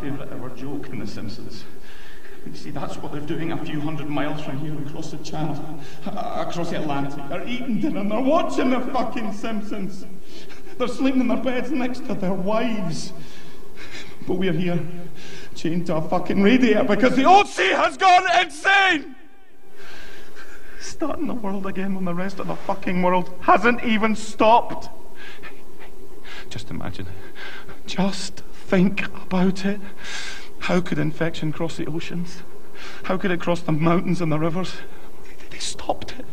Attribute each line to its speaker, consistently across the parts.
Speaker 1: favourite ever joke in The Simpsons. You see, that's what they're doing a few hundred miles from here across the channel, uh, across the Atlantic. They're eating dinner and they're watching the fucking Simpsons. They're sleeping in their beds next to their wives. But we're here, chained to a fucking radiator because the OC has gone insane! Starting the world again when the rest of the fucking world hasn't even stopped. Just imagine it. Just think about it. How could infection cross the oceans? How could it cross the mountains and the rivers? They, they stopped it.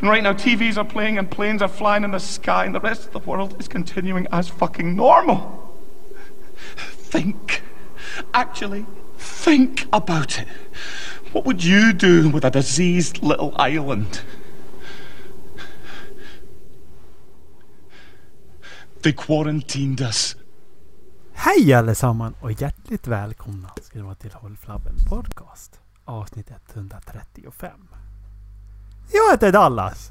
Speaker 1: And right now, TVs are playing and planes are flying in the sky, and the rest of the world is continuing as fucking normal. Think. Actually, think about it. What would you do with a diseased little island? They quarantined us.
Speaker 2: Hej allesamman och hjärtligt välkomna ska ni vara till Håll Flabben Podcast avsnitt 135. Jag heter Dallas.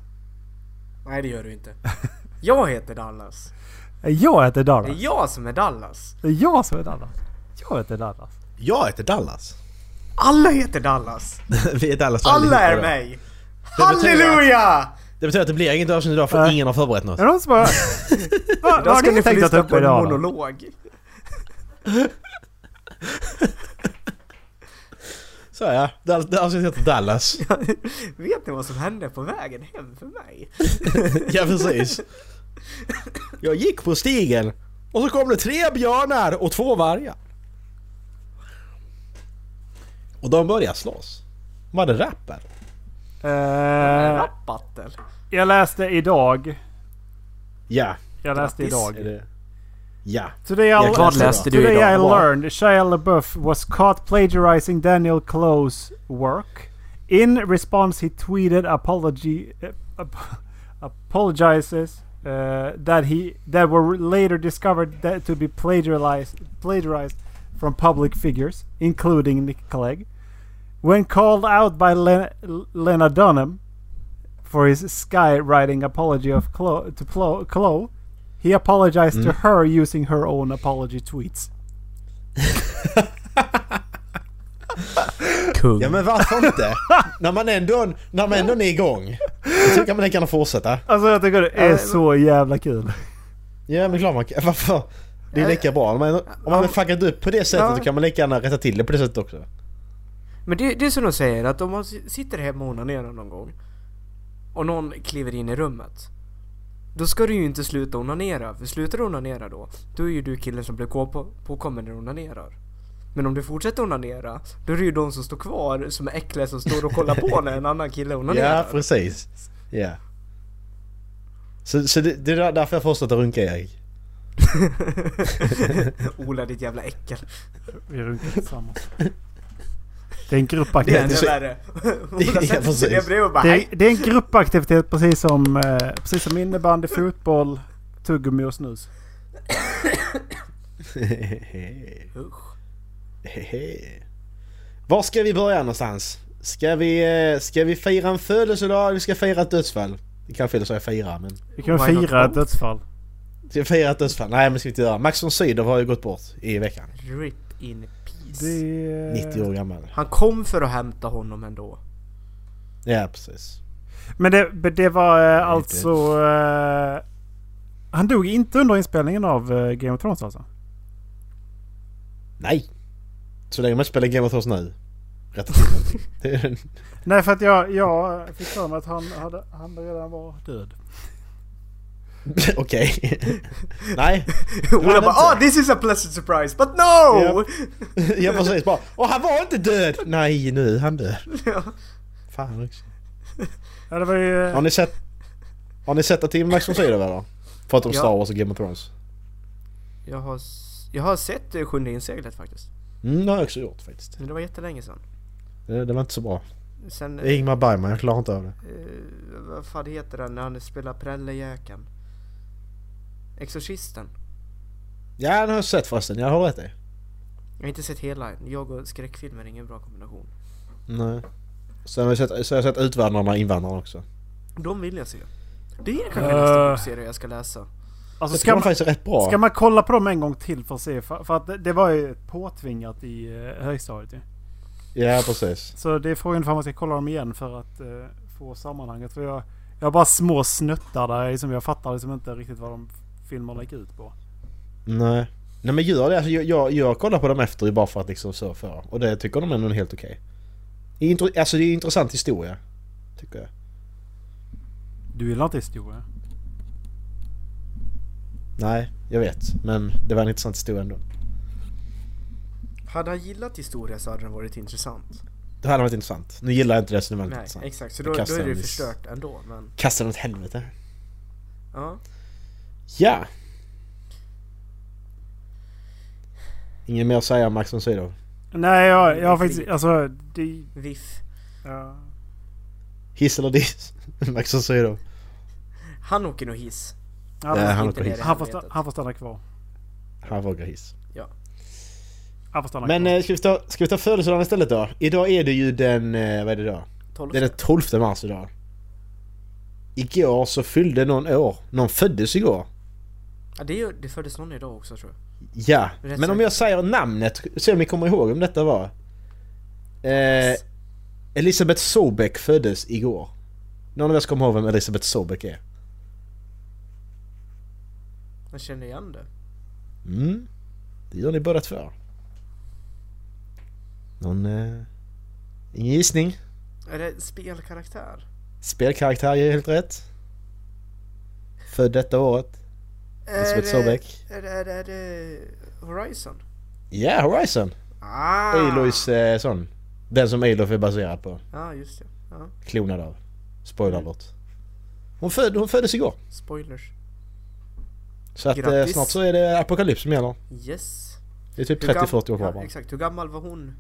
Speaker 3: Nej det gör du inte. Jag heter Dallas.
Speaker 2: Jag heter
Speaker 3: Det
Speaker 2: Dallas.
Speaker 3: är jag som är Dallas.
Speaker 2: Det är jag som är Dallas. Jag heter Dallas.
Speaker 4: Jag heter Dallas.
Speaker 3: Alla heter Dallas.
Speaker 4: Vi är Dallas
Speaker 3: Alla
Speaker 4: allihopa
Speaker 3: är
Speaker 4: då.
Speaker 3: mig.
Speaker 4: Det betyder
Speaker 3: Halleluja!
Speaker 4: Det betyder att det blir inget avsnitt idag för
Speaker 2: Nej.
Speaker 4: ingen har förberett något.
Speaker 2: Är det någon som har... Vad vad
Speaker 3: Idag
Speaker 2: har
Speaker 3: ska
Speaker 2: ni
Speaker 3: ni få
Speaker 2: tänkt att ta
Speaker 3: lyssna
Speaker 2: upp
Speaker 3: på en
Speaker 2: idag då?
Speaker 3: monolog.
Speaker 4: Så ja, Dall- det avsnittet heter Dallas.
Speaker 3: Vet ni vad som hände på vägen hem för mig?
Speaker 4: Ja precis. Jag gick på stigen och så kom det tre björnar och två vargar. Och de började slåss. Var det rappen?
Speaker 2: Eh,
Speaker 3: Rapbattel.
Speaker 2: jag läste idag.
Speaker 4: Ja.
Speaker 2: Jag läste
Speaker 4: Är
Speaker 2: idag.
Speaker 4: det- Ja.
Speaker 2: Today I,
Speaker 4: Jag glad läste
Speaker 2: today I
Speaker 5: Vad bra.
Speaker 2: learned Shia LaBeouf was caught plagiarizing Daniel Close's work. In response, he tweeted apology, uh, ap- apologizes uh, that he that were later discovered that to be plagiarized plagiarized from public figures, including Nick Clegg. When called out by Len- Lena Dunham for his skywriting apology of Clo- to Plo- Clo, he apologized
Speaker 3: Mm.
Speaker 2: to her using her own apology tweets.
Speaker 3: Kung.
Speaker 4: Ja men varför inte? när, man ändå, när man ändå är igång. Jag tycker man lika gärna fortsätta.
Speaker 2: Alltså jag tycker det är så jävla kul.
Speaker 4: Ja men klart man kan. Varför? Det är lika bra. Om man, om man har fuckat upp på det sättet
Speaker 3: Ja.
Speaker 4: så kan man lika gärna rätta till det på det sättet också.
Speaker 3: Men det, det är som de säger att om man s- sitter hemma och onanerar någon gång och någon kliver in i rummet. Då ska du ju inte sluta onanera, för slutar du onanera då, då är ju du killen som blir på, påkommen när du onanerar. Men om du fortsätter onanera, då är det ju de som står kvar som är äckliga som står och kollar på när en annan kille
Speaker 4: Ja
Speaker 3: onanerar.
Speaker 4: precis. Ja. Så, så det, det är där- därför jag fortsätter runka Erik.
Speaker 3: Ola ditt jävla äckel.
Speaker 2: Vi runkar tillsammans. Det är en
Speaker 3: Det är ännu
Speaker 2: gruppaktivitet.
Speaker 3: värre. Ola
Speaker 4: Ja,
Speaker 3: sätter sig ner
Speaker 4: precis.
Speaker 3: bredvid och bara
Speaker 2: Det
Speaker 3: hej.
Speaker 2: är, det är en gruppaktivitet precis som, eh, precis som innebandy, fotboll, tuggummi och snus.
Speaker 3: Usch.
Speaker 4: Var ska vi börja någonstans? Ska vi, eh, ska vi fira en födelsedag eller ska vi fira ett dödsfall? Det kanske är så jag firar men...
Speaker 2: Vi kan väl
Speaker 3: Why not
Speaker 2: fira ett
Speaker 3: both?
Speaker 2: dödsfall.
Speaker 4: Ska vi fira ett dödsfall? Nej men ska vi inte göra. Max von Sydow har ju gått bort i veckan.
Speaker 3: Rip in peace.
Speaker 2: Det...
Speaker 4: 90 år gammal.
Speaker 3: Han kom för att hämta honom ändå.
Speaker 4: Ja precis.
Speaker 2: Men det, men det var eh, alltså... Eh, han dog inte under inspelningen av eh, Game of Thrones alltså?
Speaker 4: Nej! Så länge man inte spelar Game of Thrones nu. Rätta till någonting. Det är-
Speaker 2: Nej för att jag, jag fick för mig att han, hade, han redan var död.
Speaker 4: Okej. Nej.
Speaker 3: Ola
Speaker 4: han
Speaker 3: bara
Speaker 4: inte.
Speaker 3: ah this is a pleasant surprise but no!
Speaker 4: Jag precis bara Åh han var inte död! Nej nu är han död.
Speaker 3: Ja.
Speaker 4: Fan också.
Speaker 2: Ja det var ju...
Speaker 4: Har ni sett... Har ni sett att Tim Max von Sydow eller? Pratar om
Speaker 3: Ja.
Speaker 4: Star Wars och Game of Thrones.
Speaker 3: Jag, har, s- jag har sett eh, Sjunde inseglet faktiskt.
Speaker 4: Mm, det har jag också gjort faktiskt.
Speaker 3: Men det var jättelänge sedan.
Speaker 4: Det, det var inte så bra.
Speaker 3: Sen,
Speaker 4: Det är Ingmar Bergman, jag klarar inte av det.
Speaker 3: eh, vad fan heter den när han spelar Prellejäkeln? Exorcisten.
Speaker 4: Ja den har jag sett förresten, jag har rätt i.
Speaker 3: Jag har inte sett hela än. Jag och skräckfilmer är ingen bra kombination.
Speaker 4: Nej. Sen har jag sett, så har jag sett
Speaker 2: Alltså,
Speaker 4: Utvandrarna och Invandrarna också. Ah.
Speaker 3: De vill jag se. Det är kanske
Speaker 2: Eh.
Speaker 3: nästa bokserie jag ska läsa.
Speaker 2: Alltså
Speaker 4: Jag
Speaker 2: ska
Speaker 4: tror de
Speaker 2: man,
Speaker 4: faktiskt är rätt bra.
Speaker 2: ska man kolla på dem en gång till för att se? För, för att det, det var ju påtvingat i eh, högstadiet ju.
Speaker 4: Ja, precis.
Speaker 2: Så det är frågan ifall man ska kolla dem igen för att eh, få sammanhanget. För jag, jag har bara små snuttar där som jag fattar liksom inte riktigt vad de filmerna gick ut på.
Speaker 4: Nej. Nej men gör det. Alltså, jag, jag, jag kollar på dem efter ju bara för att liksom så för. Och det tycker de ändå är helt okej. Det är intre- Alltså det är en intressant historia. Tycker jag.
Speaker 2: Du gillar inte historia?
Speaker 4: Nej, jag vet. Men det var en intressant historia ändå.
Speaker 3: Hade han gillat historia så hade den varit intressant.
Speaker 4: Det hade varit intressant. Nu gillar jag inte det så det var inte
Speaker 3: Nej,
Speaker 4: intressant.
Speaker 3: exakt. Så då, då
Speaker 4: kastar
Speaker 3: är det
Speaker 4: en
Speaker 3: ju
Speaker 4: viss-
Speaker 3: förstört ändå, men...
Speaker 4: Kasta den åt helvete.
Speaker 3: Ja.
Speaker 4: Ja! Inget mer att säga om Max von Sydow.
Speaker 2: Nej, jag, jag har
Speaker 3: Det är
Speaker 2: faktiskt...
Speaker 3: krig.
Speaker 2: Alltså, det...
Speaker 3: Viff.
Speaker 2: Ja.
Speaker 4: Hiss eller diss? Max von Sydow.
Speaker 3: Han åker nog hiss.
Speaker 2: Han,
Speaker 4: Ja, han
Speaker 2: han,
Speaker 4: åker
Speaker 3: ner i
Speaker 4: hiss.
Speaker 2: får,
Speaker 3: helvetet.
Speaker 2: sta- han får stanna kvar.
Speaker 4: Han vågar hiss.
Speaker 2: Han får stanna
Speaker 4: Men
Speaker 2: kvar.
Speaker 4: eh, ska vi ta, ska vi ta födelsedagen istället då? Idag är det ju den... eh, Vad är det då?
Speaker 3: Tolv.
Speaker 4: Det är den 12 mars idag. Igår så fyllde någon år. Någon föddes igår.
Speaker 3: Ja, det, är ju- det föddes någon idag också tror jag.
Speaker 4: Ja,
Speaker 3: Rätt
Speaker 4: men om jag säger namnet, se om ni kommer ihåg om detta var. Eh, Elisabeth Sobeck föddes igår. Någon av er som kommer ihåg vem Elisabeth Sobeck är?
Speaker 3: Jag känner igen det.
Speaker 4: Mm, det gör ni båda två. Någon... Eh, ingen gissning?
Speaker 3: Är det spelkaraktär?
Speaker 4: Spelkaraktär är helt rätt. Född detta året. Elisabeth
Speaker 3: Är det-
Speaker 4: Sobeck.
Speaker 3: Är det, är det, är det Horizon?
Speaker 4: Ja, Horizon!
Speaker 3: Ah!
Speaker 4: Aloys eh, sån. Den som Alof är baserad på.
Speaker 3: Ja, just det. Ja.
Speaker 4: Klonad av. Spoiler
Speaker 3: Mm.
Speaker 4: alert. Hon, föd, hon föddes igår.
Speaker 3: Spoilers.
Speaker 4: Så att eh,
Speaker 3: Grattis.
Speaker 4: snart så är det apokalyps som gäller.
Speaker 3: Yes.
Speaker 4: Det är typ
Speaker 3: Hur gam-
Speaker 4: 30-40 år kvar bara.
Speaker 3: ja, exakt. Hur gammal var hon?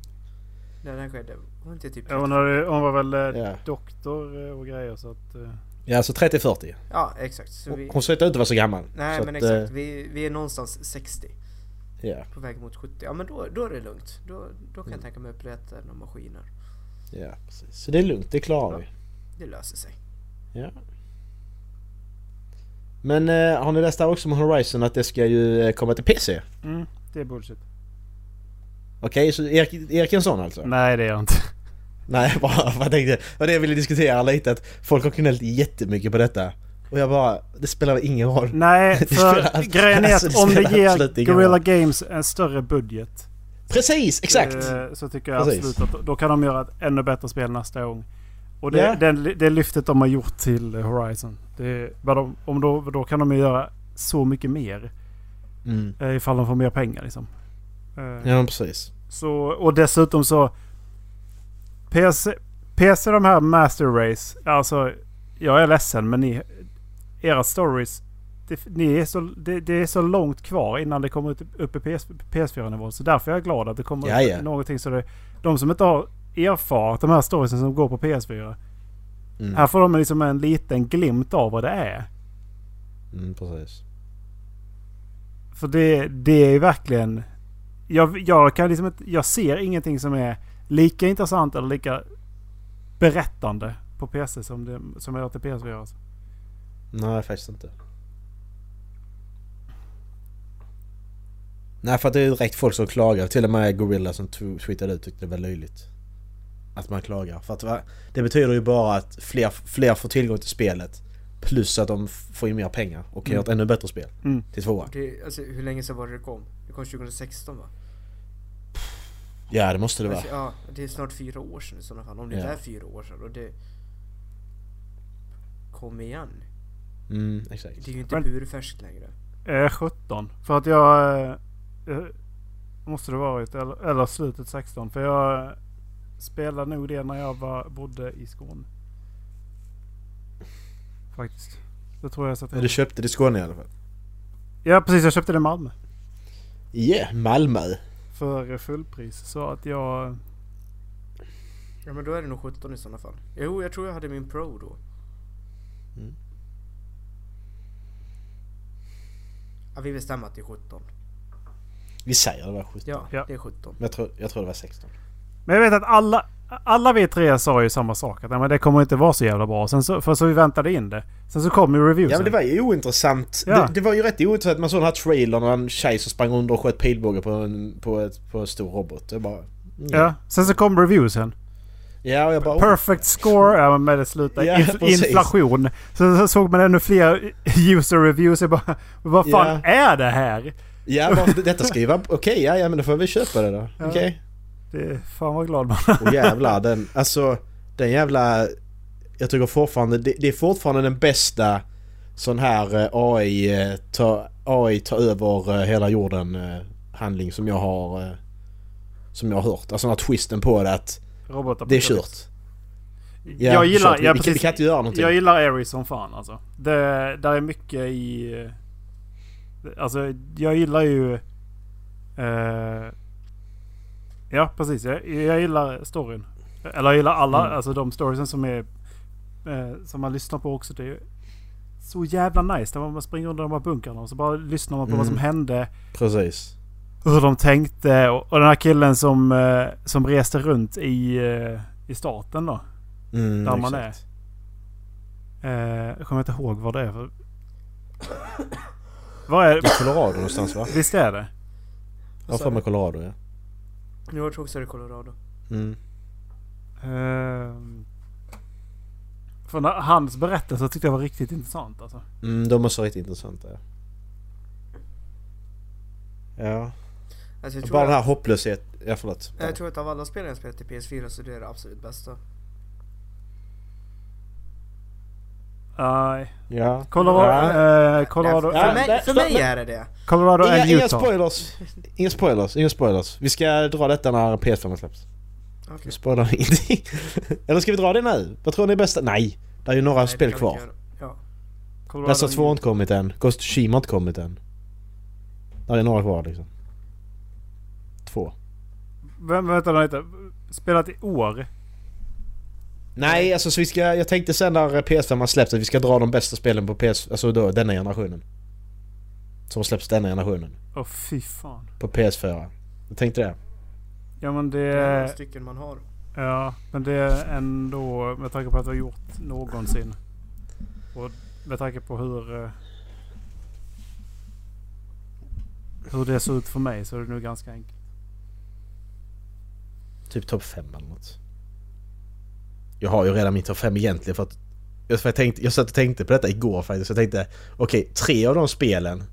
Speaker 3: När det här skedde? Hon inte typ...
Speaker 2: Hon, har, hon var väl eh,
Speaker 4: Ja.
Speaker 2: doktor eh, och grejer så att... eh,
Speaker 4: Ja, alltså 30-40.
Speaker 3: Ja, exakt. Så vi...
Speaker 4: Hon, hon ser inte ut att vara så gammal.
Speaker 3: Nej,
Speaker 4: så
Speaker 3: men
Speaker 4: att,
Speaker 3: exakt.
Speaker 4: eh,
Speaker 3: Vi, vi är någonstans 60.
Speaker 4: Ja,
Speaker 3: På väg mot 70. Ja, men då, då är det lugnt. Då, då
Speaker 4: Mm.
Speaker 3: kan jag tänka mig upprätten och maskiner.
Speaker 4: ja, precis. Så det är lugnt, det klarar
Speaker 3: Ja.
Speaker 4: vi.
Speaker 3: Det löser sig.
Speaker 4: Ja. Men eh, har ni läst där också om Horizon att det ska ju eh, komma till PC?
Speaker 2: Mm, det är bullshit.
Speaker 4: Okej, så Erik, Erik är en sån alltså?
Speaker 2: Nej, det är jag inte.
Speaker 4: Nej, bara för jag tänkte, och det jag ville diskutera lite att folk har knällt jättemycket på detta. Och jag bara, det spelar ingen roll.
Speaker 2: Nej,
Speaker 4: Det
Speaker 2: för
Speaker 4: spelar-
Speaker 2: grejen är
Speaker 4: alltså, det
Speaker 2: att om
Speaker 4: spelar
Speaker 2: det
Speaker 4: absolut
Speaker 2: ger
Speaker 4: ingen
Speaker 2: Guerrilla
Speaker 4: roll.
Speaker 2: Games en större budget
Speaker 4: Precis, exakt!
Speaker 2: eh, så tycker jag
Speaker 4: Precis.
Speaker 2: absolut att då kan de göra ett ännu bättre spel nästa gång. Och det,
Speaker 4: Ja.
Speaker 2: den, det lyftet de har gjort till eh, Horizon. Det, vad de, om då, då kan de ju göra så mycket mer
Speaker 4: Mm.
Speaker 2: eh, ifall de får mer pengar liksom. Eh,
Speaker 4: Ja, precis.
Speaker 2: Så, och dessutom så... PC, PC de här Master Race, alltså jag är ledsen men ni, era stories, det, ni är så, det, det är så långt kvar innan det kommer ut, upp i PS, PS4-nivån. Så därför är jag glad att det kommer
Speaker 4: Ja, ja.
Speaker 2: upp någonting. Så det, de som inte har erfarit de här storiesen som går på PS4,
Speaker 4: Mm.
Speaker 2: här får de liksom en liten glimt av vad det är.
Speaker 4: Mm, precis.
Speaker 2: För det, det är verkligen... Jag, jag, kan liksom inte, jag ser ingenting som är lika intressant eller lika berättande på PC som, det, som jag gör till PS4. Alltså.
Speaker 4: Nej, faktiskt inte. Nej, för att det är direkt folk som klagar. Till och med Gorilla som tw- tweetade ut tyckte det var löjligt. Att man klagar. För att va? det betyder ju bara att fler, fler får tillgång till spelet. Plus att de f- får in mer pengar och kan
Speaker 2: Mm.
Speaker 4: göra ett ännu bättre spel.
Speaker 2: Mm.
Speaker 4: Till tvåan.
Speaker 3: Det, alltså, hur länge sedan var det det kom? Det kom 2016 va?
Speaker 4: Ja, det måste det vara.
Speaker 3: Alltså, ja, det är snart fyra år sedan i sådana fall. Om det
Speaker 4: Ja.
Speaker 3: är fyra år sedan och det... Kom igen.
Speaker 4: Mm, exakt.
Speaker 3: Det är ju inte
Speaker 2: Men-
Speaker 3: purfärskt längre.
Speaker 2: Eh, 17. För att jag... eh, Eh, måste det varit. Eller, eller slutet 16. För jag eh, spelade nog det när jag var, bodde i Skåne. Faktiskt. Det tror jag satt
Speaker 4: Men Du köpte det i Skåne i alla fall.
Speaker 2: Ja precis, jag köpte det i Malmö.
Speaker 4: Ja, yeah, Malmö.
Speaker 2: För eh, fullpris. Så att jag...
Speaker 3: Ja men då är det nog 17 i sådana fall. Jo, jag tror jag hade min pro då.
Speaker 4: Mm.
Speaker 3: Ja, vi bestämmer att det är 17.
Speaker 4: Vi säger det var 17.
Speaker 3: Ja,
Speaker 2: Ja.
Speaker 3: det är 17.
Speaker 4: Men jag tror, jag tror det var 16.
Speaker 2: Men jag vet att alla, alla vi tre sa ju samma sak. Att nej, men det kommer inte vara så jävla bra. Sen så, för så vi väntade in det. Sen så kom ju reviewsen.
Speaker 4: Ja men det var ju ointressant.
Speaker 2: Ja.
Speaker 4: Det, det var ju rätt ointressant. Man såg den här trailern och en tjej som sprang under och sköt pilbåge på en, på ett, på en stor robot. Jag bara... mm.
Speaker 2: Ja, sen så kom reviewsen.
Speaker 4: Ja, och jag bara... oh.
Speaker 2: Perfect score, ja men det slutar
Speaker 4: Ja,
Speaker 2: Inf-
Speaker 4: precis.
Speaker 2: inflation. Så, så såg man ännu fler user reviews. Jag bara, vad fan är det här?
Speaker 4: Ja, varför, detta ska ju vara... Okej, ja, ja men då får vi köpa det då.
Speaker 2: Ja.
Speaker 4: Okej.
Speaker 2: Det, fan vad glad man
Speaker 4: Och jävlar den, alltså den jävla... Jag tycker fortfarande, det, det är fortfarande den bästa sån här eh, AI eh, ta, AI ta över eh, hela jorden eh, handling som jag har eh, som jag har hört. Alltså den här twisten på det att
Speaker 2: Robotar
Speaker 4: det är kört. Ja,
Speaker 2: jag
Speaker 4: det är
Speaker 2: gillar,
Speaker 4: kört. Vi,
Speaker 2: ja,
Speaker 4: vi, kan-
Speaker 2: precis,
Speaker 4: vi kan inte göra någonting.
Speaker 2: jag gillar Aries som fan alltså. Det, där är mycket i... eh, Alltså jag gillar ju... eh, ja precis, jag, jag gillar storyn. Eller jag gillar alla,
Speaker 4: Mm.
Speaker 2: alltså de storiesen som är... eh, som man lyssnar på också. Det är ju så jävla nice. När man springer under de här bunkrarna och så bara lyssnar man på vad som
Speaker 4: Mm.
Speaker 2: hände.
Speaker 4: Precis.
Speaker 2: Hur de tänkte och, och den här killen som, eh, som reste runt i, eh, i staten då.
Speaker 4: Mm,
Speaker 2: Där man
Speaker 4: exakt.
Speaker 2: Eh, jag kommer inte ihåg vad det är för... vad är det?
Speaker 4: Colorado någonstans va?
Speaker 2: Visst är det?
Speaker 4: Jag har för mig Colorado ja.
Speaker 3: Alltså, Nu har jag också det i Colorado.
Speaker 4: Mm.
Speaker 2: Ehm, för när, hans berättelse tyckte jag var riktigt intressant alltså.
Speaker 4: Mm, de måste vara riktigt intressanta ja. Ja.
Speaker 3: Alltså, jag, Eh, tror
Speaker 4: Bara den
Speaker 3: att,
Speaker 4: här hopplösheten. Ja förlåt.
Speaker 3: jag tror att av alla spel jag spelat till PS4 så det är det absolut bästa.
Speaker 2: Nej.
Speaker 4: Ja.
Speaker 2: Colorado... eh, Colorado...
Speaker 3: Nej, för,
Speaker 4: Ja,
Speaker 3: mig,
Speaker 4: nej,
Speaker 3: för
Speaker 4: stopp,
Speaker 3: mig
Speaker 4: nej.
Speaker 3: är det det.
Speaker 2: Colorado
Speaker 4: Inga,
Speaker 2: and
Speaker 4: inga
Speaker 2: Utah.
Speaker 4: spoilers. Inga spoilers, inga spoilers. Vi ska dra detta när PS5 har släppts.
Speaker 3: Okej.
Speaker 4: Vi spoilar ingenting. Eller ska vi dra det nu? Vad tror ni är bästa? Nej! Det är ju några
Speaker 3: Nej, det
Speaker 4: spel
Speaker 3: kan vi
Speaker 4: kvar.
Speaker 3: inte göra. Ja.
Speaker 2: Colorado
Speaker 4: Bästa
Speaker 2: and
Speaker 4: 2 har inte kommit än. Ghost of Tsushima har inte kommit än. Det är några kvar liksom. Två.
Speaker 2: Utah. Vem, vänta lite. Spelat i år?
Speaker 4: Nej, alltså så vi ska... Jag tänkte sen när PS5 har släppts att vi ska dra de bästa spelen på PS... Alltså då, denna generationen. Som släpps denna generationen.
Speaker 2: Åh fy fan.
Speaker 4: På PS4. Jag tänkte det.
Speaker 2: Ja men
Speaker 3: Det är några
Speaker 2: det...
Speaker 3: stycken man har.
Speaker 2: Ja, men det är ändå med tanke på att vi har gjort någonsin. Och med tanke på hur... eh, Hur det ser ut för mig så är det nog ganska enkelt.
Speaker 4: Typ topp 5 eller något. Jag har ju redan min topp 5 egentligen för att... Jag, för jag, tänkte, jag satt och tänkte på detta igår faktiskt. Jag tänkte, okej, tre av de spelen...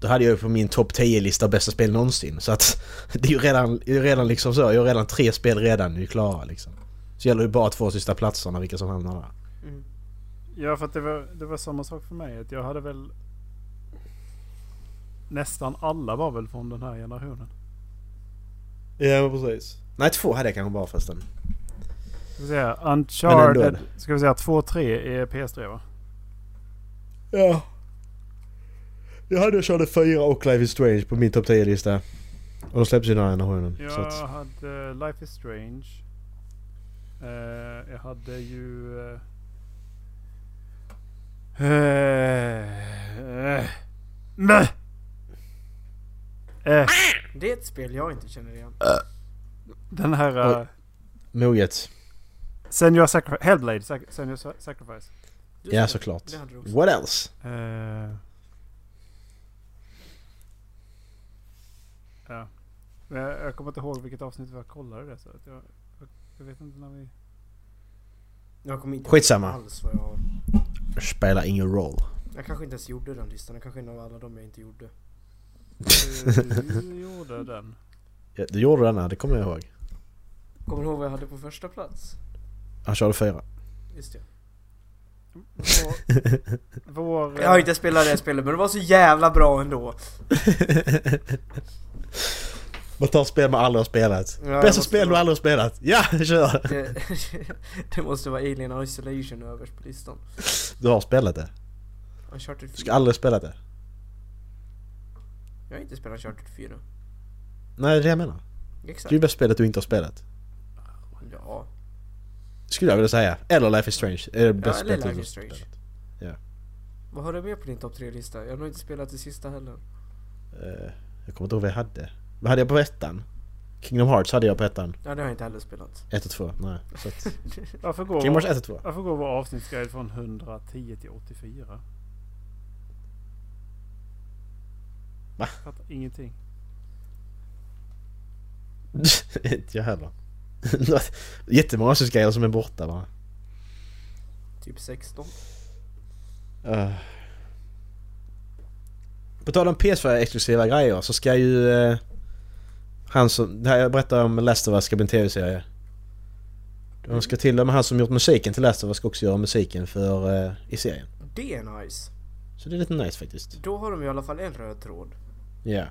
Speaker 4: Då hade jag ju på min topp 10-lista bästa spel någonsin. Så att det är ju redan, det är ju redan liksom så. Jag har redan tre spel redan är klara liksom. Så gäller det ju bara två sista platserna, vilka som hamnar där.
Speaker 3: Mm.
Speaker 2: Ja, för att det var, det var samma sak för mig. Att jag hade väl... Nästan alla var väl från den här generationen.
Speaker 4: Ja, precis. Nej, två hade jag kanske bara förresten.
Speaker 2: Ska vi säga
Speaker 4: Men ändå är
Speaker 2: Uncharted.
Speaker 4: det.
Speaker 2: Ska vi säga 2-3 är PS3 va?
Speaker 4: Ja. Jag hade jag körde fyra och Life is Strange på min topp 10-lista. Och de släpptes ju den här generationen. så
Speaker 2: Jag
Speaker 4: att-
Speaker 2: hade Life is Strange. Eh, jag hade ju... eh, eh, eh, meh. Eh,
Speaker 3: Det är ett spel jag inte känner igen.
Speaker 2: den här... eh,
Speaker 4: Oj. Moget.
Speaker 2: Senua Sacrifice. Hellblade Sac Senua Sa- Sacrifice.
Speaker 3: Just
Speaker 4: Ja,
Speaker 3: det.
Speaker 4: såklart.
Speaker 3: Det hade du också.
Speaker 4: What else?
Speaker 2: Eh, ja. Men jag, jag kommer inte ihåg vilket avsnitt vi kollade det. Så att jag, jag, jag vet inte när vi...
Speaker 3: Jag kommer inte
Speaker 4: Skitsamma.
Speaker 3: ihåg alls vad jag har.
Speaker 4: Spelar ingen roll.
Speaker 3: Jag kanske inte ens gjorde den listan. Jag kanske är en av alla de jag inte gjorde.
Speaker 2: Du, du gjorde den.
Speaker 4: Ja, Du gjorde den här, det kommer jag ihåg.
Speaker 3: Kommer du ihåg vad jag hade på första plats?
Speaker 4: Han körde fyra.
Speaker 3: Just det.
Speaker 2: Vår... vår
Speaker 3: Jag har inte spelat det här spelet men det var så jävla bra ändå.
Speaker 4: Man tar spel man aldrig har spelat.
Speaker 3: Ja, jag
Speaker 4: Bästa
Speaker 3: måste
Speaker 4: spel du
Speaker 3: vara-
Speaker 4: aldrig har spelat. Ja, kör!
Speaker 3: Det, det måste vara Alien Isolation överst på listan.
Speaker 4: Du har spelat det.
Speaker 3: Uncharted
Speaker 4: Du
Speaker 3: 4.
Speaker 4: ska aldrig ha spelat det.
Speaker 3: Jag har inte spelat Uncharted 4.
Speaker 4: Nej, det är det jag menar. Det är
Speaker 3: Exakt.
Speaker 4: ju bästa spelet du inte har spelat.
Speaker 3: Ja.
Speaker 4: Skulle jag vilja säga. Eller Life is Strange. Det är det
Speaker 3: ja
Speaker 4: bästa
Speaker 3: eller
Speaker 4: spelet
Speaker 3: Life
Speaker 4: du inte har
Speaker 3: is Strange.
Speaker 4: spelat.
Speaker 3: Vad har du med på din topp 3-lista? Jag har nog inte spelat det sista heller.
Speaker 4: Eh, Jag kommer inte ihåg vad jag hade. Vad hade jag på ettan? Kingdom Hearts hade jag på ettan.
Speaker 3: Ja, det har jag inte heller spelat.
Speaker 4: 1 och 2, nej. Så att,
Speaker 2: eh, Varför går,
Speaker 4: Kingdom Hearts
Speaker 2: vår,
Speaker 4: 1 och 2.
Speaker 2: varför går vår avsnittsguide från 110 till 84?
Speaker 4: Va?
Speaker 2: Fattar ingenting.
Speaker 4: inte jag heller. Jättemånga avsnittsgrejer som är borta va?
Speaker 3: Typ 16.
Speaker 4: Uh. På tal om PS4-exklusiva grejer så ska ju... eh, han som... Det här jag berättade om Last of Us ska bli en TV-serie. De ska till och med han som gjort musiken till Last of Us ska också göra musiken för... eh, i serien.
Speaker 3: Det är nice.
Speaker 4: Så det är lite nice faktiskt.
Speaker 3: Då har de i alla fall en röd tråd.
Speaker 4: Ja.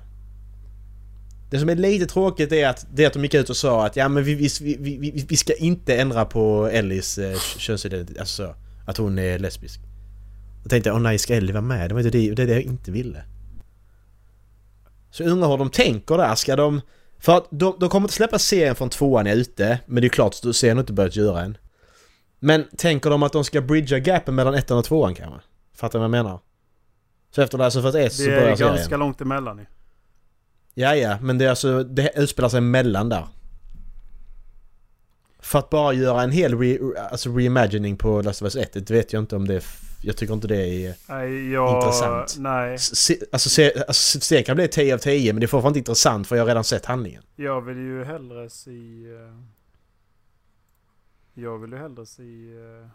Speaker 4: Det som är lite tråkigt är att, det är att de gick ut och sa att ja men vi, vi, vi, vi, vi ska inte ändra på Ellies eh, k- könsidentitet, alltså så, att hon är lesbisk. Då tänkte jag, åh nej ska Ellie vara med? Det var inte det, det, är det jag inte ville. Så jag undrar hur de tänker där, ska de... För att de, de kommer inte släppa serien från tvåan är ute, men det är klart att serien har inte börjat göra än. Men tänker de att de ska bridga gapen mellan ettan och tvåan kanske? Fattar ni vad jag menar? Så efter Last of Us 1 så
Speaker 2: Det
Speaker 4: börjar
Speaker 2: är
Speaker 4: serien.
Speaker 2: ganska långt emellan ju.
Speaker 4: Ja, ja, men det, är alltså, det utspelar sig mellan där. För att bara göra en hel re, alltså reimagining på Last of Us 1, det vet jag inte om det är... f- Jag tycker inte det är...
Speaker 2: Nej, jag...
Speaker 4: Intressant.
Speaker 2: Nej,
Speaker 4: Se, alltså, se, alltså se kan bli 10 av 10 men det är fortfarande inte intressant för jag har redan sett handlingen.
Speaker 2: jag vill ju hellre se... eh, Jag vill ju hellre se eh,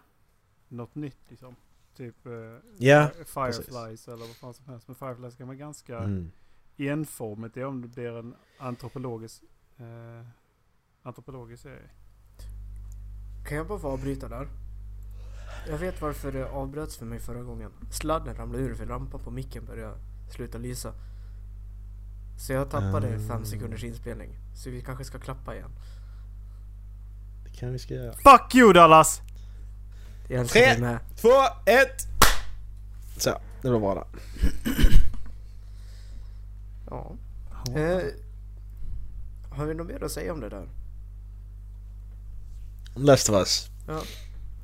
Speaker 2: något nytt liksom. Typ eh,
Speaker 4: Ja,
Speaker 2: Fireflies eller vad fan som helst. Men Fireflies kan vara ganska
Speaker 4: Mm.
Speaker 2: enformigt. Det är om det blir en antropologisk... Eh, antropologisk serie.
Speaker 3: Kan jag bara få avbryta där? Jag vet varför det avbröts för mig förra gången. Sladden ramlade ur för lampan på micken började sluta lysa. Så jag tappade
Speaker 4: Ah.
Speaker 3: fem sekunders inspelning. Så vi kanske ska klappa igen.
Speaker 4: Det kan vi ska göra.
Speaker 2: Fuck you Dallas!
Speaker 3: Jag älskar dig
Speaker 4: Tre.
Speaker 3: med.
Speaker 4: Två, ett! Så, det var bra där.
Speaker 3: Ja. Eh, har vi något mer att säga om det där?
Speaker 4: Last of Us.
Speaker 3: Ja.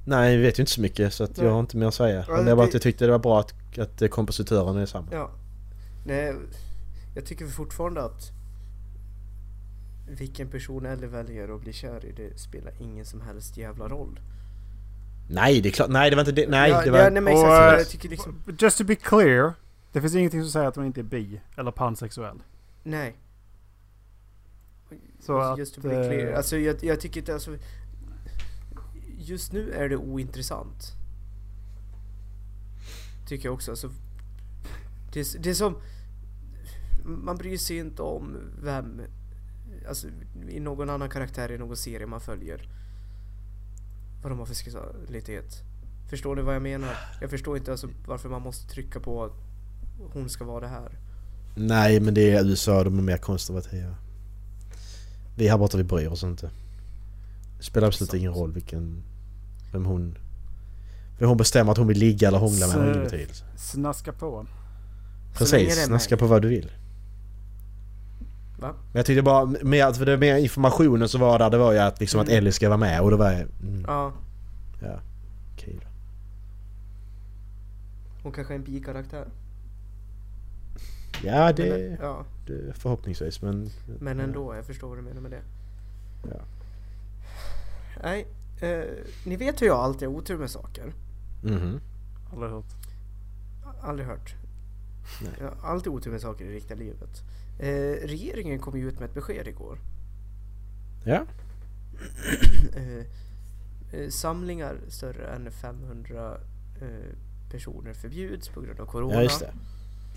Speaker 4: Nej, vi vet ju inte så mycket så att jag
Speaker 3: Nej.
Speaker 4: har inte mer att säga.
Speaker 3: Ja,
Speaker 4: Men det är bara
Speaker 3: det-
Speaker 4: att jag tyckte det var bra att, att eh, kompositören är samma.
Speaker 3: Ja. Nej, jag tycker fortfarande att vilken person eller väljer att bli kär i, det spelar ingen som helst jävla roll.
Speaker 4: Nej, det är klart. Nej, det var inte det. Nej,
Speaker 3: ja,
Speaker 4: det var...
Speaker 3: ja, nej, men
Speaker 2: Och,
Speaker 3: exakt, men
Speaker 2: eh,
Speaker 3: jag tycker liksom...
Speaker 2: Just to be clear. Det finns ingenting som säger att man inte är bi eller pansexuell.
Speaker 3: Nej.
Speaker 2: Så
Speaker 3: just to
Speaker 2: att,
Speaker 3: be clear.
Speaker 2: eh,
Speaker 3: Alltså jag, jag tycker inte alltså... Just nu är det ointressant. Tycker jag också. Alltså, det, är- det är som... Man bryr sig inte om vem... Alltså i någon annan karaktär i någon serie man följer. Vad de har för sexualitet. Förstår ni vad jag menar? Jag förstår inte alltså varför man måste trycka på att hon ska vara det här.
Speaker 4: Nej, men det är USA, de är mer konservativa. Vi här borta, vi bryr oss inte. Det spelar absolut
Speaker 3: Sant.
Speaker 4: ingen roll vilken... Vem hon... Vem hon bestämmer att hon vill ligga eller hångla med
Speaker 2: Så-
Speaker 4: har ingen betydelse.
Speaker 2: Snaska på.
Speaker 3: Så länge det
Speaker 4: Precis,
Speaker 3: är
Speaker 4: snaska
Speaker 3: mig.
Speaker 4: på vad du vill.
Speaker 3: Va?
Speaker 4: Men jag tyckte bara, mer, att- för det mer informationen som var där, det var ju att liksom att
Speaker 3: Mm.
Speaker 4: Ellie ska vara med och då var jag... Mm,
Speaker 3: Ja.
Speaker 4: okej då.
Speaker 3: Hon kanske är en bikaraktär.
Speaker 4: Ja,
Speaker 3: Men,
Speaker 4: det...
Speaker 3: ja,
Speaker 4: det förhoppningsvis, men...
Speaker 3: men ändå, jag förstår vad du menar med det.
Speaker 4: Ja.
Speaker 3: Nej, eh, ni vet hur jag alltid har otur med saker.
Speaker 4: Mhm.
Speaker 2: Aldrig hört.
Speaker 3: Aldrig hört.
Speaker 4: Nej.
Speaker 3: Jag har alltid otur med saker i riktiga livet. Eh, regeringen kom ju ut med ett besked igår.
Speaker 4: Ja.
Speaker 3: Eh, eh, samlingar större än 500 eh, personer förbjuds på grund av corona.
Speaker 4: Ja, just det.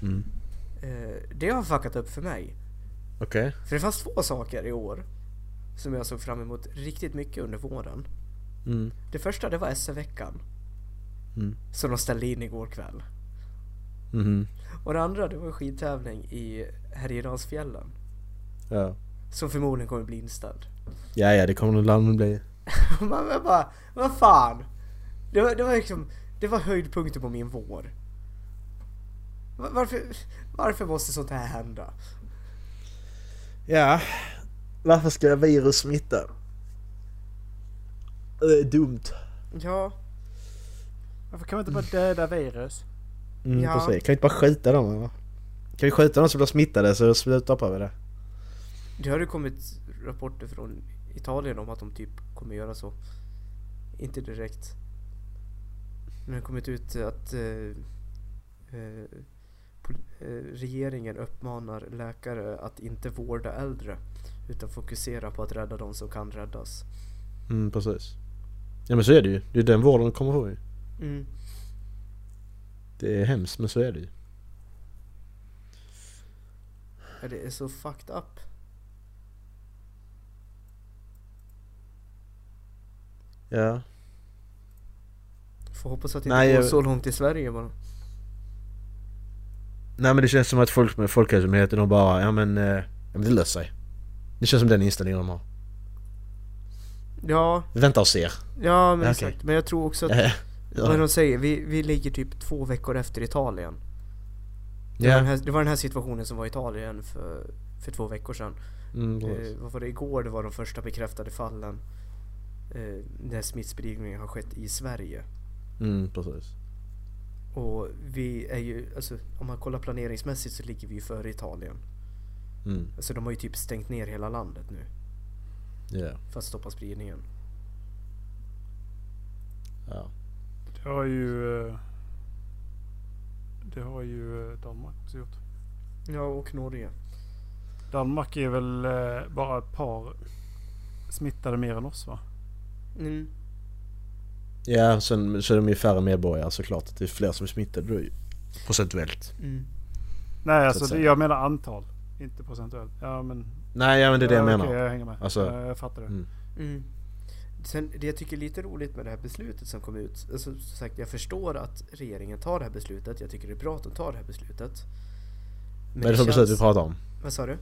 Speaker 4: Mm.
Speaker 3: Eh, det har fuckat upp för mig.
Speaker 4: Okej.
Speaker 3: För det fanns två saker i år som jag såg fram emot riktigt mycket under våren.
Speaker 4: Mm.
Speaker 3: Det första det var SM-veckan.
Speaker 4: Mm.
Speaker 3: Som de ställde in igår kväll.
Speaker 4: Mhm.
Speaker 3: Och det andra det var en skidtävling i Härjedalsfjällen.
Speaker 4: Ja.
Speaker 3: Som förmodligen kommer bli inställd.
Speaker 4: Ja, ja, det kommer nog land bli...
Speaker 3: Man var bara, vad fan? Det var, det var liksom, det var höjdpunkten på min vår. Va- Varför, varför måste sånt här hända?
Speaker 4: Ja. Varför ska virus smitta? Det är dumt.
Speaker 3: Ja,
Speaker 2: Varför kan man inte bara döda virus?
Speaker 4: Mm,
Speaker 3: Ja.
Speaker 4: precis. Kan vi inte bara skjuta dem eller? Kan vi skjuta dem som blir smittade så slutar vi det.
Speaker 3: Det har ju kommit rapporter från Italien om att de typ kommer göra så. Inte direkt. Men det har kommit ut att eh, eh, pol- eh, regeringen uppmanar läkare att inte vårda äldre. Utan fokusera på att rädda de som kan räddas.
Speaker 4: Mm, precis. Ja men så är det ju. Det är ju den vården de kommer ihåg ju.
Speaker 3: Mm.
Speaker 4: Det är hemskt men så är det ju.
Speaker 3: Ja, det är så fucked up.
Speaker 4: Ja.
Speaker 3: Får hoppas att det inte
Speaker 4: Nej,
Speaker 3: går
Speaker 4: jag-
Speaker 3: så långt i Sverige bara.
Speaker 4: Nej men det känns som att folk med Folkhälsomyndigheten de bara, ja men, eh, ja, men det löser sig. Det känns som den inställningen de har.
Speaker 3: Ja,
Speaker 4: Vi väntar och ser.
Speaker 3: ja men
Speaker 4: Okej.
Speaker 3: exakt. Men jag tror också att
Speaker 4: Ja.
Speaker 3: Vad de säger, vi, vi ligger typ två veckor efter Italien. Det, var den
Speaker 4: Ja.
Speaker 3: här, det var den här situationen som var i Italien för, för två veckor sedan.
Speaker 4: Mm, precis.
Speaker 3: Eh, vad var det? Igår det var de första bekräftade fallen. Eh, där smittspridningen har skett i Sverige.
Speaker 4: Mm, precis.
Speaker 3: Och vi är ju, alltså om man kollar planeringsmässigt så ligger vi ju före Italien.
Speaker 4: Mm,
Speaker 3: Alltså de har ju typ stängt ner hela landet nu
Speaker 4: ja.
Speaker 3: för att stoppa spridningen.
Speaker 4: ja.
Speaker 2: Det har ju... eh, Det har ju eh, Danmark också gjort.
Speaker 3: Ja, och Norge.
Speaker 2: Danmark är väl eh, bara ett par smittade mer än oss va?
Speaker 3: Mm.
Speaker 4: Ja, sen så är de ju färre medborgare såklart. Det är fler som är smittade då ju. Procentuellt.
Speaker 3: Mm.
Speaker 2: Nej
Speaker 4: Så att
Speaker 2: alltså det,
Speaker 4: säga.
Speaker 2: jag menar antal. Inte procentuellt. Ja men...
Speaker 4: Nej, ja men det är det jag
Speaker 2: ja,
Speaker 4: menar.
Speaker 2: okej, jag hänger med.
Speaker 4: Alltså-
Speaker 2: Ja, jag fattar det.
Speaker 4: Mm.
Speaker 3: Mm. Sen, det jag tycker är lite roligt med det här beslutet som kom ut, alltså, som sagt jag förstår att regeringen tar det här beslutet, jag tycker det är bra att de tar det här beslutet. Men
Speaker 4: Vad är det för beslut vi pratar om?
Speaker 3: Vad sa du?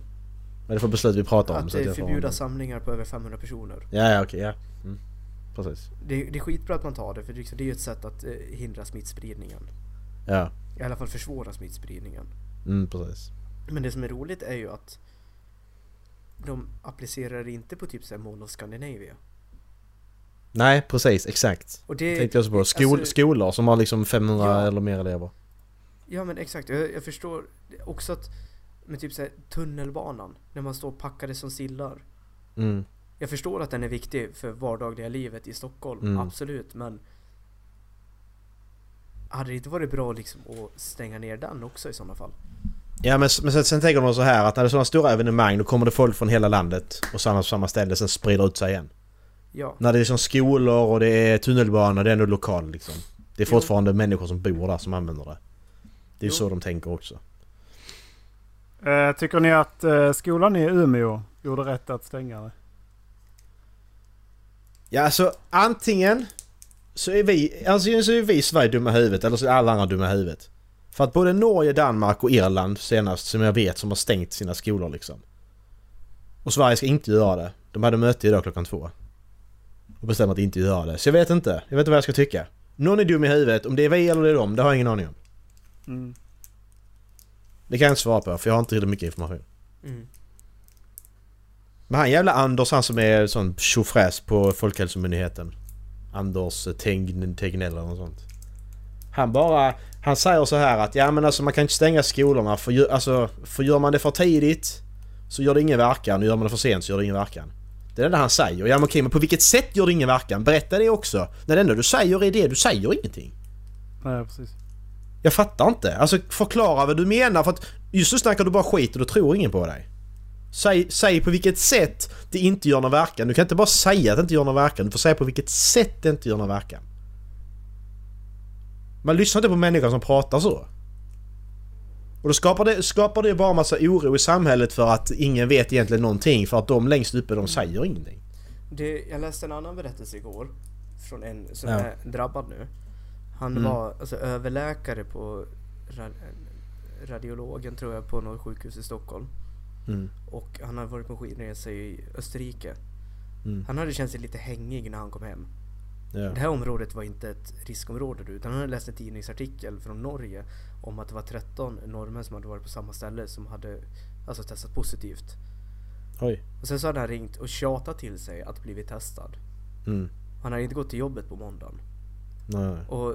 Speaker 4: Vad är det för beslut vi pratar om?
Speaker 3: Att
Speaker 4: att
Speaker 3: eh,
Speaker 4: jag får
Speaker 3: förbjuda
Speaker 4: en-
Speaker 3: samlingar på över 500 personer.
Speaker 4: Ja, ja okej, ja. Mm. Precis.
Speaker 3: Det, det är skitbra att man tar det, för det är liksom- det är ju ett sätt att eh, hindra smittspridningen.
Speaker 4: Ja.
Speaker 3: I alla fall försvåra smittspridningen.
Speaker 4: Mm, precis.
Speaker 3: Men det som är roligt är ju att de applicerar det inte på typ såhär Mall of Scandinavia.
Speaker 4: Nej, precis. Exakt.
Speaker 3: Och det,
Speaker 4: Tänkte jag så på. Skol,
Speaker 3: alltså-
Speaker 4: skolor som har liksom 500
Speaker 3: Ja.
Speaker 4: eller mer elever.
Speaker 3: Ja men exakt, jag, jag förstår också att med typ såhär tunnelbanan, när man står packade som sillar.
Speaker 4: Mm.
Speaker 3: Jag förstår att den är viktig för vardagliga livet i Stockholm,
Speaker 4: Mm.
Speaker 3: absolut, men hade det inte varit bra liksom att stänga ner den också i sådana fall?
Speaker 4: Ja men, men sen, sen tänker de så här att när det är sådana stora evenemang då kommer det folk från hela landet och samlas på samma ställe sen sprider ut sig igen.
Speaker 3: Ja,
Speaker 4: När det är som skolor och det är tunnelbanor, det är ändå lokal liksom. Det är
Speaker 3: Jo.
Speaker 4: fortfarande människor som bor där som använder det. Det är ju
Speaker 3: Jo.
Speaker 4: så de tänker också.
Speaker 2: Eh, tycker ni att eh, skolan i Umeå gjorde rätt att stänga det?
Speaker 4: Ja alltså antingen så är vi, antingen så är vi i Sverige dumma i huvudet eller så är alla andra dumma i huvudet. För att både Norge, Danmark och Irland senast som jag vet som har stängt sina skolor liksom. Och Sverige ska inte göra det. De hade möte idag klockan två. Och bestämde att inte göra det. Så jag vet inte. Jag vet inte vad jag ska tycka. Någon är dum i huvudet. Om det är vi eller det är dem, det har jag ingen aning om.
Speaker 2: Mm.
Speaker 4: Det kan jag inte svara på för jag har inte riktigt mycket information.
Speaker 3: mm.
Speaker 4: Men han jävla Anders, han som är sån tjofräs på Folkhälsomyndigheten. Anders eh, Tegn- Tegnell eller något sånt. Han bara... Han säger så här att ja men alltså man kan inte stänga skolorna för, ju- alltså, för gör man det för tidigt så gör det ingen verkan och gör man det för sent så gör det ingen verkan. Det är det enda han säger. Ja men okej men på vilket sätt gör det ingen verkan? Berätta det också. När det enda du säger är det, du säger ingenting.
Speaker 2: Nej precis.
Speaker 4: Jag fattar inte. Alltså förklara vad du menar för att just nu snackar du bara skit och då tror ingen på dig. Säg, säg på vilket sätt det inte gör någon verkan. Du kan inte bara säga att det inte gör någon verkan. Du får säga på vilket sätt det inte gör någon verkan. Man lyssnar inte på människor som pratar så. Och då skapar det, skapar det bara massa oro i samhället för att ingen vet egentligen någonting för att de längst uppe de säger ingenting.
Speaker 3: Det, jag läste en annan berättelse igår från en som
Speaker 4: Ja.
Speaker 3: är drabbad nu. Han
Speaker 4: Mm.
Speaker 3: var alltså överläkare på ra- radiologen tror jag på något sjukhus i Stockholm.
Speaker 4: Mm.
Speaker 3: Och han hade varit på skidresa i Österrike.
Speaker 4: Mm.
Speaker 3: Han hade känt sig lite hängig när han kom hem.
Speaker 4: Ja.
Speaker 3: Det här området var inte ett riskområde då, utan han hade läst en tidningsartikel från Norge om att det var 13 norrmän som hade varit på samma ställe som hade alltså testat positivt.
Speaker 4: Oj.
Speaker 3: Och sen så hade han ringt och tjatat till sig att blivit testad.
Speaker 4: Mm.
Speaker 3: Han hade inte gått till jobbet på måndagen.
Speaker 4: Nej.
Speaker 3: Och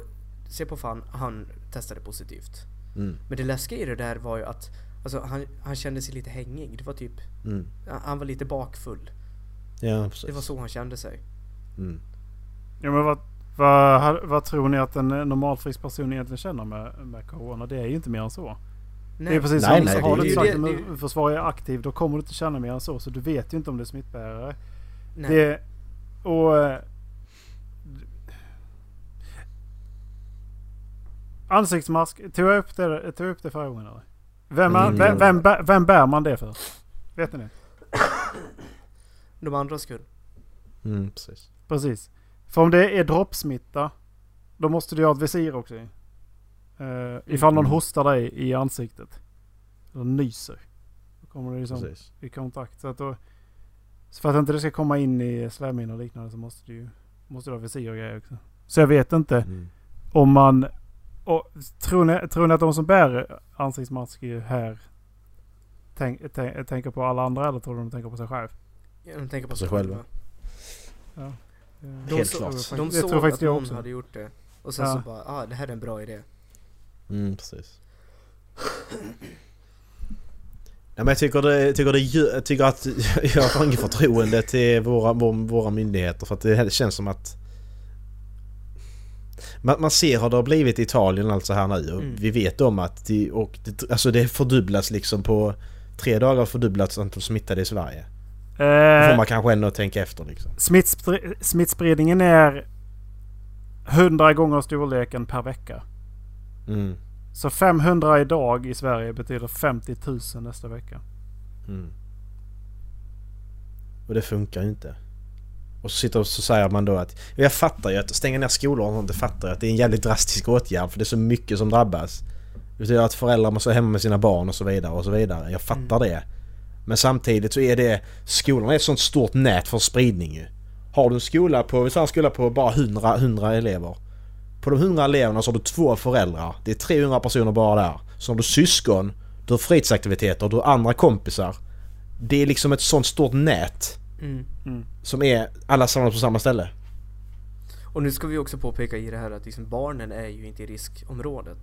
Speaker 3: se på fan, han testade positivt.
Speaker 4: Mm.
Speaker 3: Men det läskiga i det där var ju att Alltså han, han kände sig lite hängig. Det var typ...
Speaker 4: Mm.
Speaker 3: Han han var lite bakfull.
Speaker 4: Ja, precis.
Speaker 3: Det var så han kände sig.
Speaker 4: Mm.
Speaker 2: Ja, men vad, vad, vad tror ni att en eh, normalfrisk person egentligen känner med, med corona? Det är ju inte mer än så. Det är precis
Speaker 4: Nej,
Speaker 2: som,
Speaker 4: nej,
Speaker 2: har
Speaker 4: det
Speaker 2: du inte
Speaker 4: är
Speaker 3: ju
Speaker 2: sagt
Speaker 3: det- det är ju-
Speaker 2: att försvar är aktiv då kommer du inte känna mer än så. Så du vet ju inte om det är smittbärare.
Speaker 3: nej.
Speaker 2: Det, och... eh, Ansiktsmask, tog jag upp det, tog jag upp det förra gången eller? Vem, är,
Speaker 4: Mm.
Speaker 2: vem, vem, bär, vem bär man det för? Vet ni det?
Speaker 3: De andra skull.
Speaker 4: Mm, precis.
Speaker 2: Precis. För om det är droppsmitta, då måste du ha ett visir också. Uh, ifall någon
Speaker 4: Mm.
Speaker 2: hostar dig i ansiktet. Eller nyser. Då kommer du liksom
Speaker 4: precis.
Speaker 2: i kontakt. Så, att då, så för att inte det ska komma in i slemhinnor och liknande så måste du, ju- måste du ha visir och grejer också. Så jag vet inte
Speaker 4: Mm.
Speaker 2: om man... Och, tror, ni, tror ni att de som bär ansiktsmask är här tänk, tänk, tänker på alla andra eller tror du de tänker på sig själv?
Speaker 3: De tänker på
Speaker 4: På
Speaker 3: sig
Speaker 4: sig
Speaker 3: själva.
Speaker 4: själva.
Speaker 3: De
Speaker 4: Helt
Speaker 3: så-
Speaker 4: klart.
Speaker 3: De
Speaker 2: jag
Speaker 3: såg
Speaker 2: tror
Speaker 3: att
Speaker 2: faktiskt jag
Speaker 3: någon
Speaker 2: också.
Speaker 3: hade gjort det. Och sen
Speaker 2: Ja.
Speaker 3: så bara, ah det här är en bra idé.
Speaker 4: Mm, precis. Nej, men jag tycker, det, jag, tycker det, ju- jag tycker att jag har inget förtroende till våra, vår- våra myndigheter för att det här känns som att... Man, man ser hur det har blivit i Italien och allt så här nu och
Speaker 3: Mm.
Speaker 4: vi vet om att det, och det, alltså det fördubblas liksom på... Tre dagar fördubblats antalet smittade i Sverige. Då får
Speaker 2: Eh,
Speaker 4: man kanske ändå tänka efter liksom.
Speaker 2: smittspr- smittspridningen är 100 gånger storleken per vecka.
Speaker 4: Mm,
Speaker 2: Så 500 idag i Sverige betyder 50 000 nästa vecka.
Speaker 4: mm. Och det funkar ju inte. Och så sitter och så säger man då att... Jag fattar ju att stänga ner skolor och sånt, det fattar jag att det är en jävligt drastisk åtgärd för det är så mycket som drabbas. Det betyder att föräldrar måste vara hemma med sina barn och så vidare och så vidare. Jag fattar det. Men samtidigt så är det... Skolan är ett sånt stort nät för spridning ju. Har du en skola på, vi säger en skola på bara 100, 100 elever. På de 100 eleverna så har du två föräldrar. Det är 300 personer bara där. Så har du syskon, du har fritidsaktiviteter, du har andra kompisar. Det är liksom ett sånt stort nät
Speaker 3: Mm.
Speaker 4: som är alla samlas på samma ställe.
Speaker 3: Och nu ska vi också påpeka i det här att liksom barnen är ju inte i riskområdet.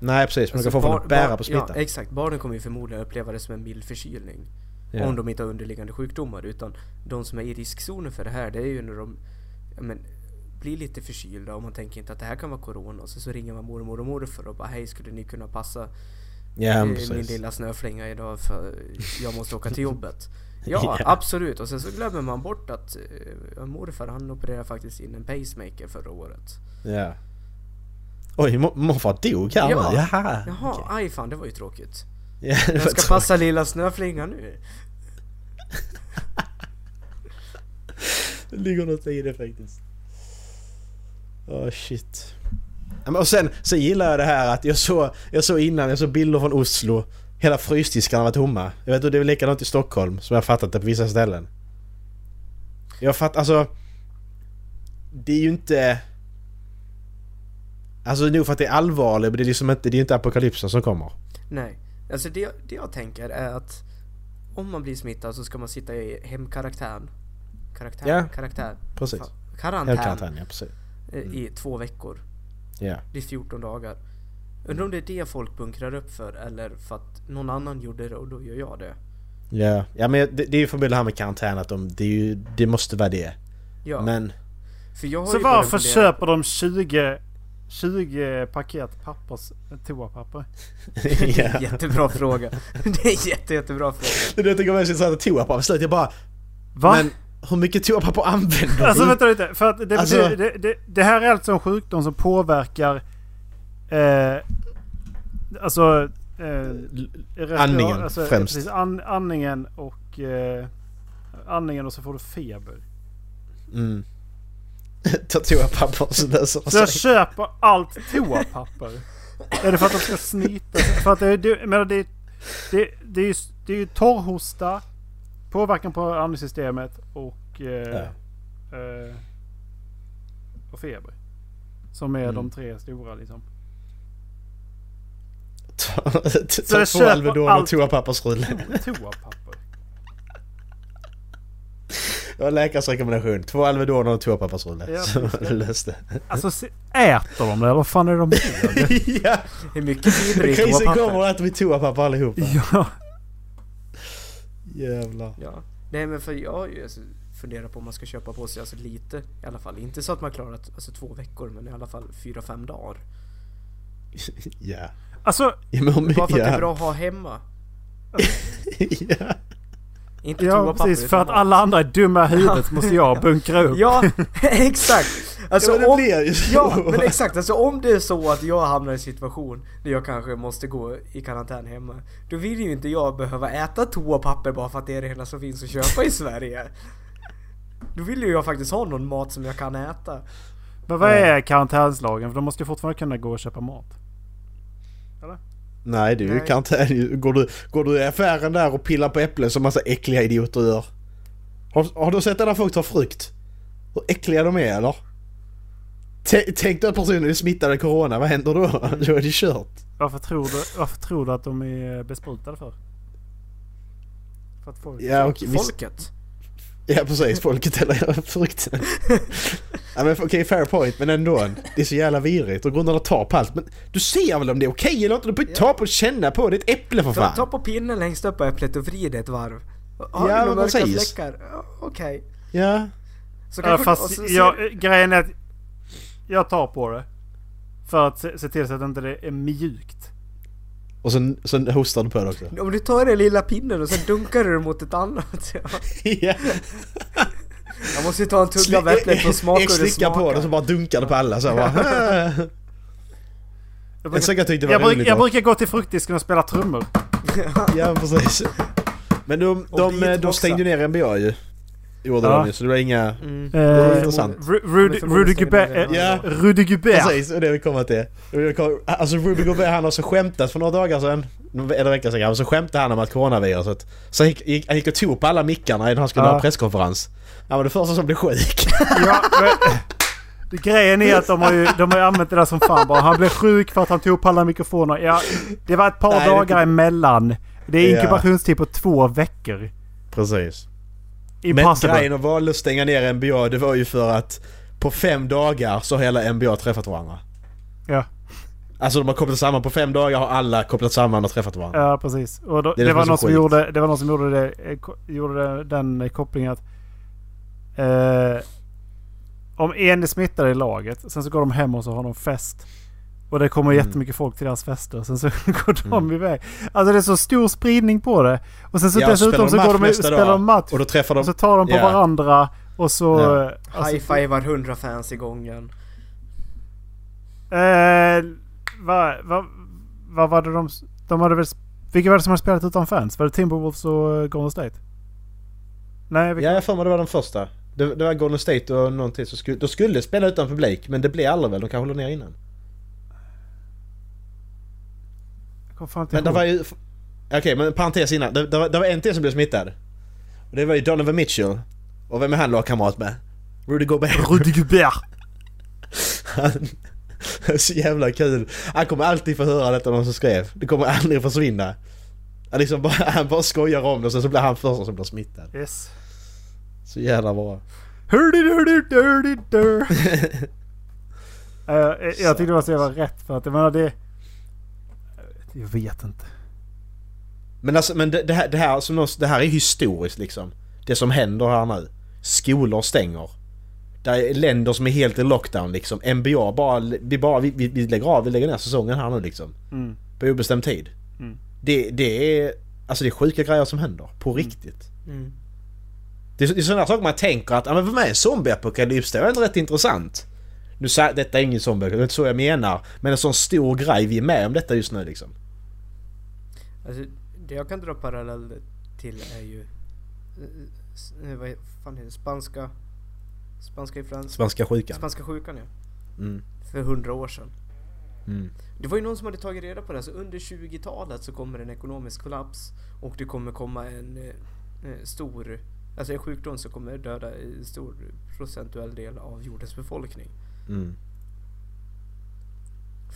Speaker 4: Nej precis, man kan få folk
Speaker 3: bar-
Speaker 4: att Alltså, bära
Speaker 3: bar-
Speaker 4: på smittan.
Speaker 3: Alltså, Ja, exakt. Barnen kommer ju förmodligen uppleva det som en mild förkylning.
Speaker 4: Ja.
Speaker 3: Om de inte har underliggande sjukdomar. Utan de som är i riskzonen för det här, det är ju när de ja, men, blir lite förkylda och man tänker inte att det här kan vara corona. Och så, så ringer man mormor och morfar och bara hej skulle ni kunna passa
Speaker 4: Ja, men
Speaker 3: eh, min
Speaker 4: precis.
Speaker 3: lilla snöflinga idag för jag måste åka till jobbet. Ja,
Speaker 4: Ja.
Speaker 3: absolut. Och sen så glömmer man bort att eh, morfar han opererade faktiskt in en pacemaker förra året.
Speaker 4: Ja. Oj, mor- morfar dog här
Speaker 3: Ja.
Speaker 4: nu? Jaha!
Speaker 3: Jaha,
Speaker 4: Ah, Okej.
Speaker 3: aj fan det var ju tråkigt.
Speaker 4: Ja, det var
Speaker 3: Jag ska
Speaker 4: tråkigt.
Speaker 3: passa lilla snöflingan nu.
Speaker 4: Det ligger något i det faktiskt. Åh shit. Ja, men Och sen, sen gillar jag det här att jag såg, jag såg innan, jag såg bilder från Oslo. Hela frysdiskarna var tomma. Jag vet inte, det är väl likadant i Stockholm som jag har fattat det på vissa ställen. Jag fattar, alltså... Det är ju inte... Alltså nog för att det är allvarligt men det är liksom inte, det är ju inte apokalypsen som kommer.
Speaker 3: Nej, alltså det, det jag tänker är att om man blir smittad så ska man sitta i hemkarantän. Karaktär?
Speaker 4: Ja,
Speaker 3: Karaktär?
Speaker 4: Precis. Mm.
Speaker 3: Fan,
Speaker 4: Helt
Speaker 3: Karantän
Speaker 4: karantän, ja precis.
Speaker 3: eh, i två veckor.
Speaker 4: Ja.
Speaker 3: Det är 14 dagar. Undrar om det är det folk bunkrar upp för eller för att någon annan gjorde det och då gör jag det.
Speaker 4: Ja. Ja men det, det är ju förmodligen det här med karantän att de, det är ju, det måste vara det.
Speaker 3: Ja,
Speaker 4: Men...
Speaker 3: för jag har
Speaker 2: Så
Speaker 3: ju börjat
Speaker 2: varför
Speaker 3: fundera-
Speaker 2: köper de 20, 20 paket pappers, toapapper?
Speaker 3: Det är
Speaker 4: ja.
Speaker 3: en jättebra fråga. Det är en jätte, jättebra fråga.
Speaker 4: Det är det jag tycker mest är intressant att toapapper slut. Jag bara...
Speaker 2: Va?
Speaker 4: Men hur mycket toapapper använder du?
Speaker 2: Alltså vänta lite. För att det,
Speaker 4: Alltså-
Speaker 2: betyder- det, det, det här är alltså en sjukdom som påverkar... Eh, alltså... Eh, respira-
Speaker 4: andningen
Speaker 2: alltså,
Speaker 4: främst.
Speaker 2: Precis, an, andningen och... Eh, andningen och så får du feber.
Speaker 4: Mm. Ta toapapper och så löser det
Speaker 2: Så jag
Speaker 4: sig.
Speaker 2: köper allt toapapper. är det för att de ska snyta sig? För att det, det, jag menar, det, det, det, är ju, det är ju torrhosta, påverkan på andningssystemet och, eh, eh, och feber. Som är de
Speaker 4: Mm.
Speaker 2: tre stora liksom.
Speaker 4: Ta, ta,
Speaker 2: Så
Speaker 4: ta
Speaker 2: jag
Speaker 4: två
Speaker 2: köper
Speaker 4: Alvedon och
Speaker 2: allt.
Speaker 4: toapappersrulle.
Speaker 2: Toapapper.
Speaker 4: Det var läkarens rekommendation. Två Alvedon och två pappersrulle.
Speaker 2: Ja,
Speaker 4: så det löste.
Speaker 2: Alltså se- äter de det eller vad fan är det de gör?
Speaker 4: ja!
Speaker 3: Hur mycket fibrer i
Speaker 4: Krisen
Speaker 3: toapapper?
Speaker 4: kommer att vi toapapper allihopa.
Speaker 2: ja.
Speaker 4: Jävlar.
Speaker 3: Ja. Nej men för jag har ju alltså, funderat på om man ska köpa på sig alltså lite i alla fall. Inte så att man klarar att- alltså, två veckor men i alla fall fyra, fem dagar.
Speaker 4: Ja.
Speaker 2: Alltså,
Speaker 4: Ja men om
Speaker 3: Bara för att det
Speaker 4: ja.
Speaker 3: är bra att ha hemma.
Speaker 4: ja.
Speaker 3: Inte
Speaker 2: ja
Speaker 3: toapapper,
Speaker 2: precis. För
Speaker 3: utan
Speaker 2: att
Speaker 3: mat.
Speaker 2: alla andra är dumma i huvudet måste jag bunkra upp.
Speaker 3: Ja, exakt! Alltså
Speaker 4: Ja, men det
Speaker 3: om...
Speaker 4: blir ju så.
Speaker 3: Ja, men exakt. Alltså om det är så att jag hamnar i en situation där jag kanske måste gå i karantän hemma. Då vill ju inte jag behöva äta toapapper bara för att det är det enda som finns att köpa i Sverige. Då vill ju jag faktiskt ha någon mat som jag kan äta.
Speaker 2: Men vad är karantänslagen? För de måste ju fortfarande kunna gå och köpa mat.
Speaker 4: Nej det är ju
Speaker 3: Nej.
Speaker 4: karantän. Går du, går du i affären där och pillar på äpplen som massa äckliga idioter gör? Har, har du sett när folk tar frukt? Hur äckliga de är eller? T- tänk dig att personen är smittad av corona, vad händer då? Då är det kört.
Speaker 2: Varför tror du, varför tror du att de är besprutade för? För att folk...
Speaker 4: Ja, okej, visst,
Speaker 3: Folket.
Speaker 4: ja precis, folket eller frukten. ja, men, okej, fair point, men ändå. Det är så jävla virrigt och går runt och tar på allt. Men du ser väl om det är okej eller inte? Du behöver ta på och känna på, det är ett äpple för
Speaker 3: Ta,
Speaker 4: fan.
Speaker 3: ta på pinnen längst upp på äpplet och vrid ett varv. Har
Speaker 4: Ja,
Speaker 3: du några
Speaker 4: men
Speaker 3: mörka
Speaker 4: precis.
Speaker 3: fläckar? Ja, Okej.
Speaker 4: Ja,
Speaker 3: Så
Speaker 2: Ja,
Speaker 3: kanske- och
Speaker 2: fast
Speaker 3: så- så-
Speaker 2: jag, grejen är att jag tar på det. För att se, se till så att inte det är mjukt.
Speaker 4: och sen, sen hostar du på det också.
Speaker 3: Om du tar den lilla pinnen och sen dunkar du den mot ett annat. ja.
Speaker 4: Ja.
Speaker 3: Jag måste ju ta en tugga av äpplet och smaka hur det
Speaker 4: slickar på det och så
Speaker 3: smakar.
Speaker 4: bara dunkar det på alla så här bara.
Speaker 2: Jag
Speaker 4: Jag
Speaker 2: brukar,
Speaker 4: säkert tyckte det
Speaker 2: jag,
Speaker 4: var
Speaker 2: bruk,
Speaker 4: roligt.
Speaker 2: jag
Speaker 4: då.
Speaker 2: brukar gå till fruktdisken och spela trummor.
Speaker 4: Ja precis. Men de,
Speaker 3: Och
Speaker 4: de, de,
Speaker 3: beatboxa.
Speaker 4: stängde ju ner NBA ju. Gjorde
Speaker 2: Ja.
Speaker 4: de ju så det var inga...
Speaker 3: Mm.
Speaker 4: Det var
Speaker 2: Eh,
Speaker 4: intressant.
Speaker 2: Ru- Rudy
Speaker 3: Men förmodligen
Speaker 2: Rudy Gobert.
Speaker 3: stänger de
Speaker 4: det.
Speaker 2: eh,
Speaker 4: Ja.
Speaker 2: Rudy Gobert.
Speaker 4: Precis, och det är vi kommer till. Det vill vi komma- Alltså Ruby Gobert han har så skämtat för några dagar sedan, någon- eller vecka sedan, så skämtade han om att coronaviruset. Så han gick, gick, han gick och tog på alla mickarna när han skulle
Speaker 2: Ja.
Speaker 4: ha presskonferens. Han var den första som blev sjuk.
Speaker 2: Ja, men, det grejen är att de har ju, de har ju använt det där som fan bara. Han blev sjuk för att han tog upp alla mikrofoner. Ja, det var ett par
Speaker 4: Nej, det-
Speaker 2: dagar emellan. Det är
Speaker 4: Ja.
Speaker 2: inkubationstid på två veckor.
Speaker 4: Precis. Men
Speaker 2: Impossible.
Speaker 4: grejen och valde att stänga ner NBA det var ju för att på fem dagar så har hela NBA träffat varandra.
Speaker 2: Ja,
Speaker 4: Alltså de har kopplat samman, på fem dagar har alla kopplat samman och träffat varandra.
Speaker 2: ja precis. Och då,
Speaker 4: Det
Speaker 2: det,
Speaker 4: är det som är
Speaker 2: var
Speaker 4: så
Speaker 2: någon som
Speaker 4: sjukt.
Speaker 2: gjorde, det var någon som gjorde, det, eh, ko- gjorde det- den eh, kopplingen att eh, om en är smittad i laget, sen så går de hem och så har de fest. Och det kommer
Speaker 4: Mm.
Speaker 2: jättemycket folk till deras fester. Sen så går de iväg. Alltså det är så stor spridning på det. Och sen så dessutom så går de och spelar en match.
Speaker 4: Och då träffar de...
Speaker 2: Och så tar de på
Speaker 4: Ja.
Speaker 2: varandra och så...
Speaker 4: Ja.
Speaker 2: eh,
Speaker 3: High-fivar 100 fans i gången.
Speaker 2: Eh, vad va, va var det de... De hade väl... Vilka var det som hade spelat utan fans? Var det Timberwolves och eh, Golden State? Nej, vilka?
Speaker 4: Ja, jag har för mig det var den första. Det, det var Golden State och någonting som skulle... De skulle spela utan publik, men det blev aldrig väl. De kanske håller ner innan.
Speaker 2: jag kom fan inte
Speaker 4: Men det
Speaker 2: ihåg.
Speaker 4: var ju... Okej, men en parentes innan. Det, det, var, det var en till som blev smittad. Och det var ju Donovan Mitchell. Och vem är han lagkamrat med? Rudy Gobert.
Speaker 2: Rudy Gobert!
Speaker 4: Han... Så jävla kul. Han kommer alltid få höra detta av någon som skrev. Det kommer aldrig försvinna. Han, liksom bara, han bara skojar om det och sen så blir han första som blir smittad.
Speaker 2: Yes.
Speaker 4: Så jävla bra.
Speaker 2: Hurdy dirty dirty dir. Eh, jag- jag tyckte det var så jävla rätt för att jag menar det... Jag vet inte.
Speaker 4: Men alltså, men det, det, här, det, här, som någon, det här är historiskt liksom. Det som händer här nu. Skolor stänger. Det är länder som är helt i lockdown liksom. NBA bara, vi bara, vi, vi, vi lägger av, vi lägger ner säsongen här nu liksom.
Speaker 2: Mm.
Speaker 4: På obestämd tid.
Speaker 2: Mm.
Speaker 4: Det, det är, alltså det är sjuka grejer som händer. På riktigt.
Speaker 3: Mm.
Speaker 4: Det är, så- det är sådana saker man tänker att, ja men för mig är zombieapokalyps, det är ändå rätt intressant. Nu sa, detta är ingen zombie, det är inte så jag menar. Men en sån stor grej, vi är med om detta just nu liksom.
Speaker 3: Alltså, det jag kan dra parallell till är ju... eh, s- eh, Vad fan heter det? Spanska... Spanska influensan?
Speaker 4: Spanska sjukan.
Speaker 3: Spanska sjukan ja.
Speaker 4: Mm.
Speaker 3: För hundra år sedan.
Speaker 4: Mm.
Speaker 3: Det var ju någon som hade tagit reda på det. Så under 20-talet så kommer en ekonomisk kollaps. Och det kommer komma en eh, eh, stor... Alltså en sjukdom som kommer döda en stor procentuell del av jordens befolkning.
Speaker 4: Mm.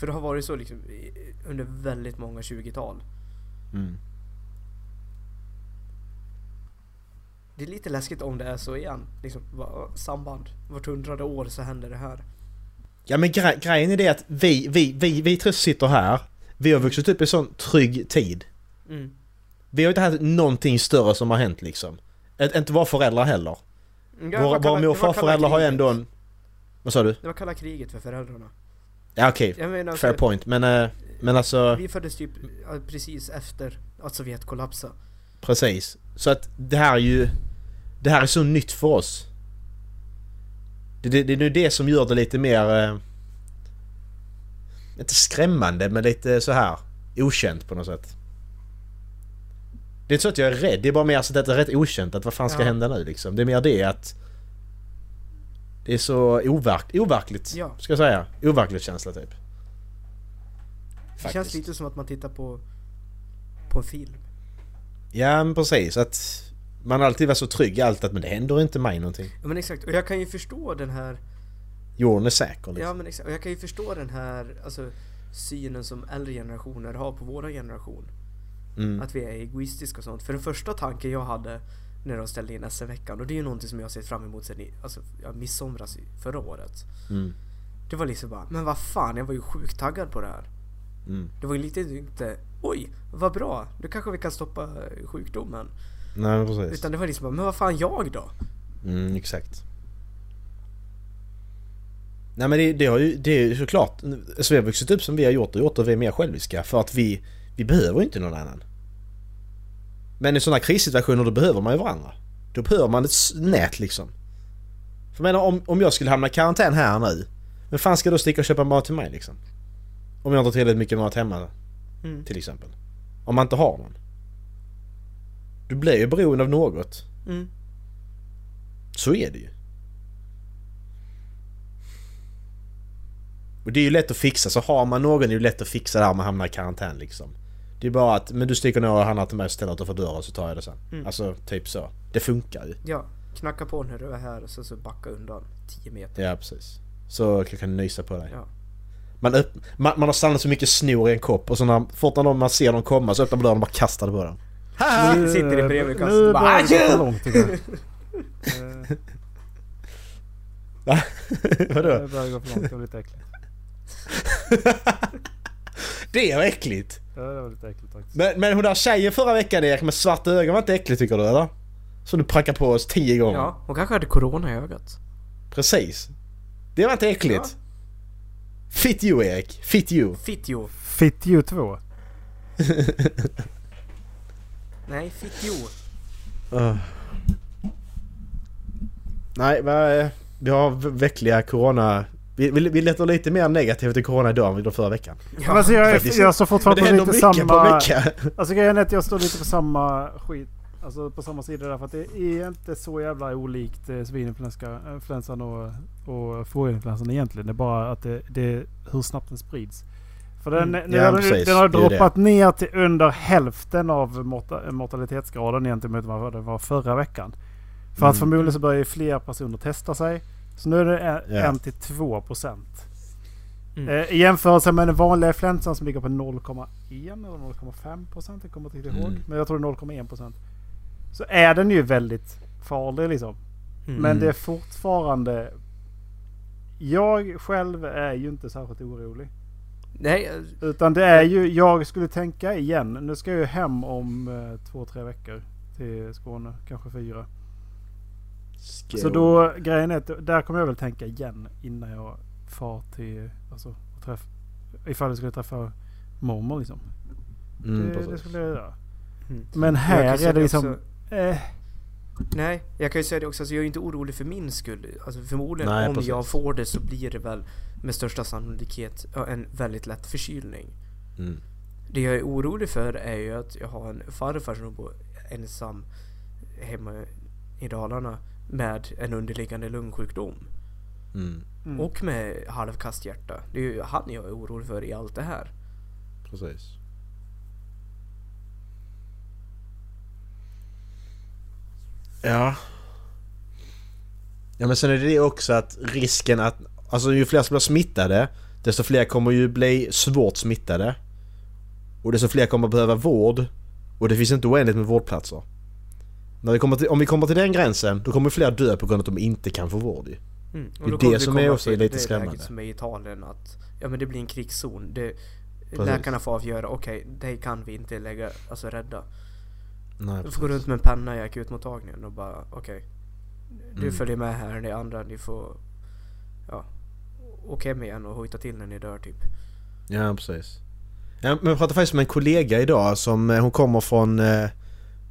Speaker 3: För det har varit så liksom i- under väldigt många 20-tal.
Speaker 4: Mm.
Speaker 3: Det är lite läskigt om det är så igen. Liksom, va- samband. Vart hundrade år så händer det här.
Speaker 4: Ja men gre- grejen är det att vi, vi, vi, vi tre sitter här. Vi har vuxit upp i sån trygg tid.
Speaker 3: Mm.
Speaker 4: Vi har inte haft någonting större som har hänt liksom. Ä- inte våra föräldrar heller.
Speaker 3: Ja, det
Speaker 4: Våra,
Speaker 3: var kalla-
Speaker 4: våra mor och
Speaker 3: det var kalla
Speaker 4: farföräldrar har ju
Speaker 3: kriget.
Speaker 4: ändå en... Vad sa du?
Speaker 3: Det var kalla kriget för föräldrarna.
Speaker 4: Ja okej,
Speaker 3: Jag menar,
Speaker 4: fair
Speaker 3: alltså,
Speaker 4: point. Men, eh, men alltså...
Speaker 3: vi föddes typ ja, precis efter att Sovjet kollapsade.
Speaker 4: Precis. Så att det här är ju... Det här är så nytt för oss. Det, det, det är nu det som gör det lite mer... Eh, inte skrämmande, men lite så här okänt på något sätt. Det är inte så att jag är rädd, det är bara mer så att det är rätt okänt. Att vad fan ska
Speaker 3: Ja.
Speaker 4: hända nu liksom? Det är mer det att... Det är så overk, overkligt,
Speaker 3: Ja.
Speaker 4: ska jag säga. Overkligt känsla typ.
Speaker 3: Det
Speaker 4: Faktiskt.
Speaker 3: känns lite som att man tittar på, på en film.
Speaker 4: Ja, men precis. Att man alltid var så trygg i allt att men det händer inte mig någonting.
Speaker 3: Ja, men exakt, och jag kan ju förstå den här
Speaker 4: Jorden är säker liksom.
Speaker 3: Ja men exakt, och jag kan ju förstå den här alltså, synen som äldre generationer har på våra generation.
Speaker 4: Mm.
Speaker 3: Att vi är egoistiska och sånt. För den första tanken jag hade när de ställde in SM-veckan, och det är ju någonting som jag har sett fram emot sen i, alltså, ja, midsomras i- förra året.
Speaker 4: Mm.
Speaker 3: Det var liksom bara, men vad fan, jag var ju sjukt taggad på det här.
Speaker 4: Mm.
Speaker 3: Det var ju lite inte, oj, vad bra, nu kanske vi kan stoppa eh, sjukdomen.
Speaker 4: Nej, men precis.
Speaker 3: Utan det var liksom bara, men vad fan jag då?
Speaker 4: Mm, exakt. Nej men det, det, har ju, det är ju såklart, alltså, vi har vuxit upp som vi har gjort och gjort och vi är mer själviska för att vi, vi behöver ju inte någon annan. Men i sådana krissituationer då behöver man ju varandra. Då behöver man ett s- nät liksom. För jag menar om, om jag skulle hamna i karantän här nu, vem fan ska då sticka och köpa mat till mig liksom? Om jag inte har tillräckligt mycket mat hemma
Speaker 3: Mm.
Speaker 4: till exempel. Om man inte har någon. Du blir ju beroende av något.
Speaker 3: Mm.
Speaker 4: Så är det ju. Och det är ju lätt att fixa, så har man någon är det ju lätt att fixa där man hamnar i karantän liksom. Det är bara att, men du sticker ner och handlar till mig och ställer utanför dörren så tar jag det sen.
Speaker 3: Mm.
Speaker 4: Alltså, typ så. Det funkar ju.
Speaker 3: Ja, knacka på när du är här och sen så backa undan 10 meter.
Speaker 4: Ja, precis. Så jag kan nysa på dig.
Speaker 3: Ja.
Speaker 4: Man, öpp- man, man har samlat så mycket snor i en kopp och så när fort när någon- man ser dem komma så öppnar man dörren och bara kastar det på den.
Speaker 2: Nu-
Speaker 3: sitter i bredvid kassan.
Speaker 2: Nu
Speaker 3: Bara,
Speaker 2: börjar det gå för
Speaker 3: "Adjö!"
Speaker 2: långt tycker jag. Eh,
Speaker 4: Vadå?
Speaker 2: Det börjar gå för långt, det var lite äckligt.
Speaker 4: Det är äckligt!
Speaker 2: Ja, det var lite äckligt faktiskt.
Speaker 4: Men, men hon där tjejen förra veckan Erik med svarta ögon var inte äcklig tycker du eller? Som du prackar på oss tio gånger.
Speaker 3: Ja, hon kanske hade corona i ögat.
Speaker 4: Precis. Det var inte äckligt. Fit you Erik, fit you.
Speaker 3: Fittjo.
Speaker 2: Fit you 2.
Speaker 3: Nej, fittjo.
Speaker 4: Ah. Nej, va, eh, vi har v- veckliga corona... Vi, vi, vi letar lite mer negativt till corona idag än vi gjorde förra veckan.
Speaker 2: men alltså jag, är-
Speaker 4: faktiskt.
Speaker 2: jag står
Speaker 4: Men det
Speaker 2: fortfarande
Speaker 4: händer
Speaker 2: lite
Speaker 4: mycket
Speaker 2: samma...
Speaker 4: på en vecka.
Speaker 2: Alltså grejen är att jag står lite på samma skit. Alltså på samma sida där. För att det är inte så jävla olikt eh, svininfluenska- influensan och, och fårinfluensan egentligen. Det är bara att det, det är hur snabbt den sprids. För den, nu
Speaker 4: Mm. Ja,
Speaker 2: har, den,
Speaker 4: precis.
Speaker 2: den har
Speaker 4: Det är ju
Speaker 2: droppat ner till under hälften av morta- mortalitetsgraden gentemot vad det var förra veckan. För att
Speaker 4: Mm.
Speaker 2: förmodligen så börjar ju fler personer testa sig. Så nu är det en-
Speaker 4: Ja.
Speaker 2: en till två procent.
Speaker 3: Mm.
Speaker 2: Eh, I jämförelse med den vanliga influensan som ligger på 0,1 eller 0,5 procent. Jag kommer inte riktigt ihåg.
Speaker 4: Mm.
Speaker 2: Men jag tror det är 0,1 procent. Så är den ju väldigt farlig liksom.
Speaker 3: Mm.
Speaker 2: Men det är fortfarande... Jag själv är ju inte särskilt orolig.
Speaker 3: Nej, eh,
Speaker 2: Utan det är ju, jag skulle tänka igen. Nu ska jag ju hem om eh, två, tre veckor till Skåne. Kanske fyra.
Speaker 4: Mm.
Speaker 2: Så då, grejen är att där kommer jag väl tänka igen innan jag far till, alltså, och träff, ifall jag skulle träffa mormor liksom.
Speaker 4: Mm,
Speaker 2: det, det
Speaker 4: precis.
Speaker 2: skulle jag göra.
Speaker 3: Mm.
Speaker 2: Men
Speaker 3: jag kan
Speaker 2: här
Speaker 3: säga
Speaker 2: är det liksom,
Speaker 3: också-
Speaker 2: eh,
Speaker 3: Nej, jag kan ju säga det också, alltså, jag är ju inte orolig för min skull. Alltså, förmodligen
Speaker 4: Nej,
Speaker 3: om
Speaker 4: precis.
Speaker 3: jag får det så blir det väl med största sannolikhet ja, en väldigt lätt förkylning.
Speaker 4: Mm.
Speaker 3: Det jag är orolig för är ju att jag har en farfar som bor ensam hemma i Dalarna med en underliggande lungsjukdom.
Speaker 4: Mm,
Speaker 2: mm,
Speaker 3: Och med halvkast hjärta. Det är ju han jag är orolig för i allt det här.
Speaker 4: precis. Ja. Ja men sen är det det också att risken att... Alltså ju fler som blir smittade desto fler kommer ju bli svårt smittade. Och desto fler kommer behöva vård. Och det finns inte oändligt med vårdplatser. När vi kommer till, om vi kommer till den gränsen, då kommer fler dö på grund av att de inte kan få vård ju.
Speaker 3: Mm. och
Speaker 4: Det är
Speaker 3: då kommer
Speaker 4: det
Speaker 3: vi
Speaker 4: som
Speaker 3: komma
Speaker 4: är också
Speaker 3: till
Speaker 4: lite
Speaker 3: det läget
Speaker 4: skrämmande.
Speaker 3: som är i Italien att ja, men det blir en krigszon. Det, läkarna får avgöra, okej, dig kan vi inte lägga, alltså rädda.
Speaker 4: Nej,
Speaker 3: Du får gå runt med en penna i akutmottagningen och bara okej. Du
Speaker 4: Mm.
Speaker 3: följer med här, ni andra ni får... Ja. Åk hem igen och hojta till när ni dör typ.
Speaker 4: Ja, precis. Ja, men jag pratade faktiskt med en kollega idag som, eh, hon kommer från eh,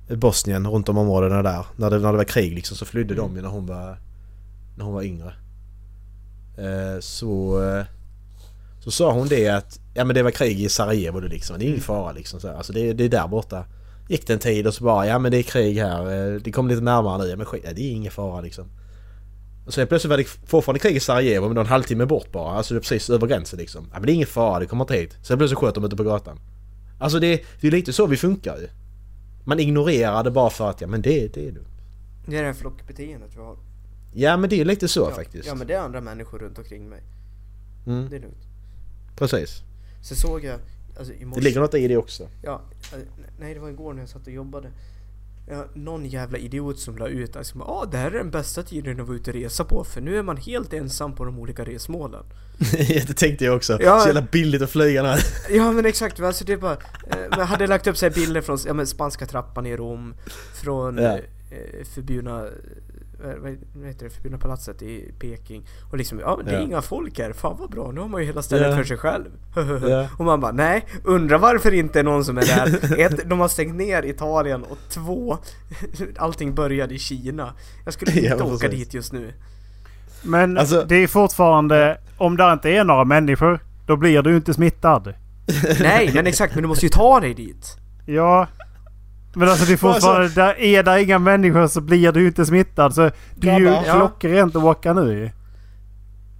Speaker 4: Bosnien, runt om områdena där. När det, när det var krig liksom så flydde de ju när hon var, när hon var yngre. Eh, så, eh, så sa hon det att, ja men det var krig i Sarajevo det liksom, det är ingen fara liksom. Så här. Alltså det, det är där borta. Gick det en tid och så bara, ja men det är krig här, eh, det kommer lite närmare nu, ja, men skit, ja, det är ingen fara liksom. Och så helt plötsligt var det fortfarande krig i Sarajevo men det var en halvtimme bort bara. Alltså det är precis över gränsen liksom. Ja men det är ingen fara, det kommer inte hit. Sen plötsligt sköt de ute på gatan. Alltså det, det är lite så vi funkar ju. Man ignorerar det bara för att ja men det, det är lugnt.
Speaker 3: Det är det här flockbeteendet vi har.
Speaker 4: Ja men det är lite så
Speaker 3: ja,
Speaker 4: faktiskt.
Speaker 3: Ja men det är andra människor runt omkring mig.
Speaker 4: mm,
Speaker 3: Det är lugnt.
Speaker 4: precis.
Speaker 3: Sen såg jag... Alltså i morse...
Speaker 4: Det ligger något i det också.
Speaker 3: Ja, eh, nej det var igår när jag satt och jobbade. Ja, någon jävla idiot som la ut att ja ah, det här är den bästa tiden att vara ute och resa på för nu är man helt ensam på de olika resmålen.
Speaker 4: det tänkte jag också.
Speaker 3: Ja.
Speaker 4: Så jävla billigt att flyga där.
Speaker 3: Ja men exakt, men alltså det är bara... Eh, man hade lagt upp så här bilder från ja, men spanska trappan i Rom, från
Speaker 4: Ja.
Speaker 3: eh, förbjudna... eh, Vad vad heter det? Förbjudna palatset i Peking. Och liksom, ja men det är
Speaker 4: Ja.
Speaker 3: inga folk här, fan vad bra, nu har man ju hela stället
Speaker 4: Ja.
Speaker 3: för sig själv.
Speaker 4: Ja.
Speaker 3: Och man bara, nej, undrar varför inte någon som är där. Ett, de har stängt ner Italien och två, allting började i Kina. Jag skulle inte
Speaker 4: Ja, men
Speaker 3: åka
Speaker 4: precis.
Speaker 3: dit just nu.
Speaker 2: Men
Speaker 4: Alltså-
Speaker 2: det är fortfarande, om det inte är några människor, då blir du ju inte smittad.
Speaker 3: Nej, men exakt, men du måste ju ta dig dit.
Speaker 2: Ja. Men alltså det är fortfarande, där är där inga människor så blir du ju inte smittad. Så det är ju
Speaker 4: Grabbar.
Speaker 3: Ja.
Speaker 2: klockrent att åka nu ju.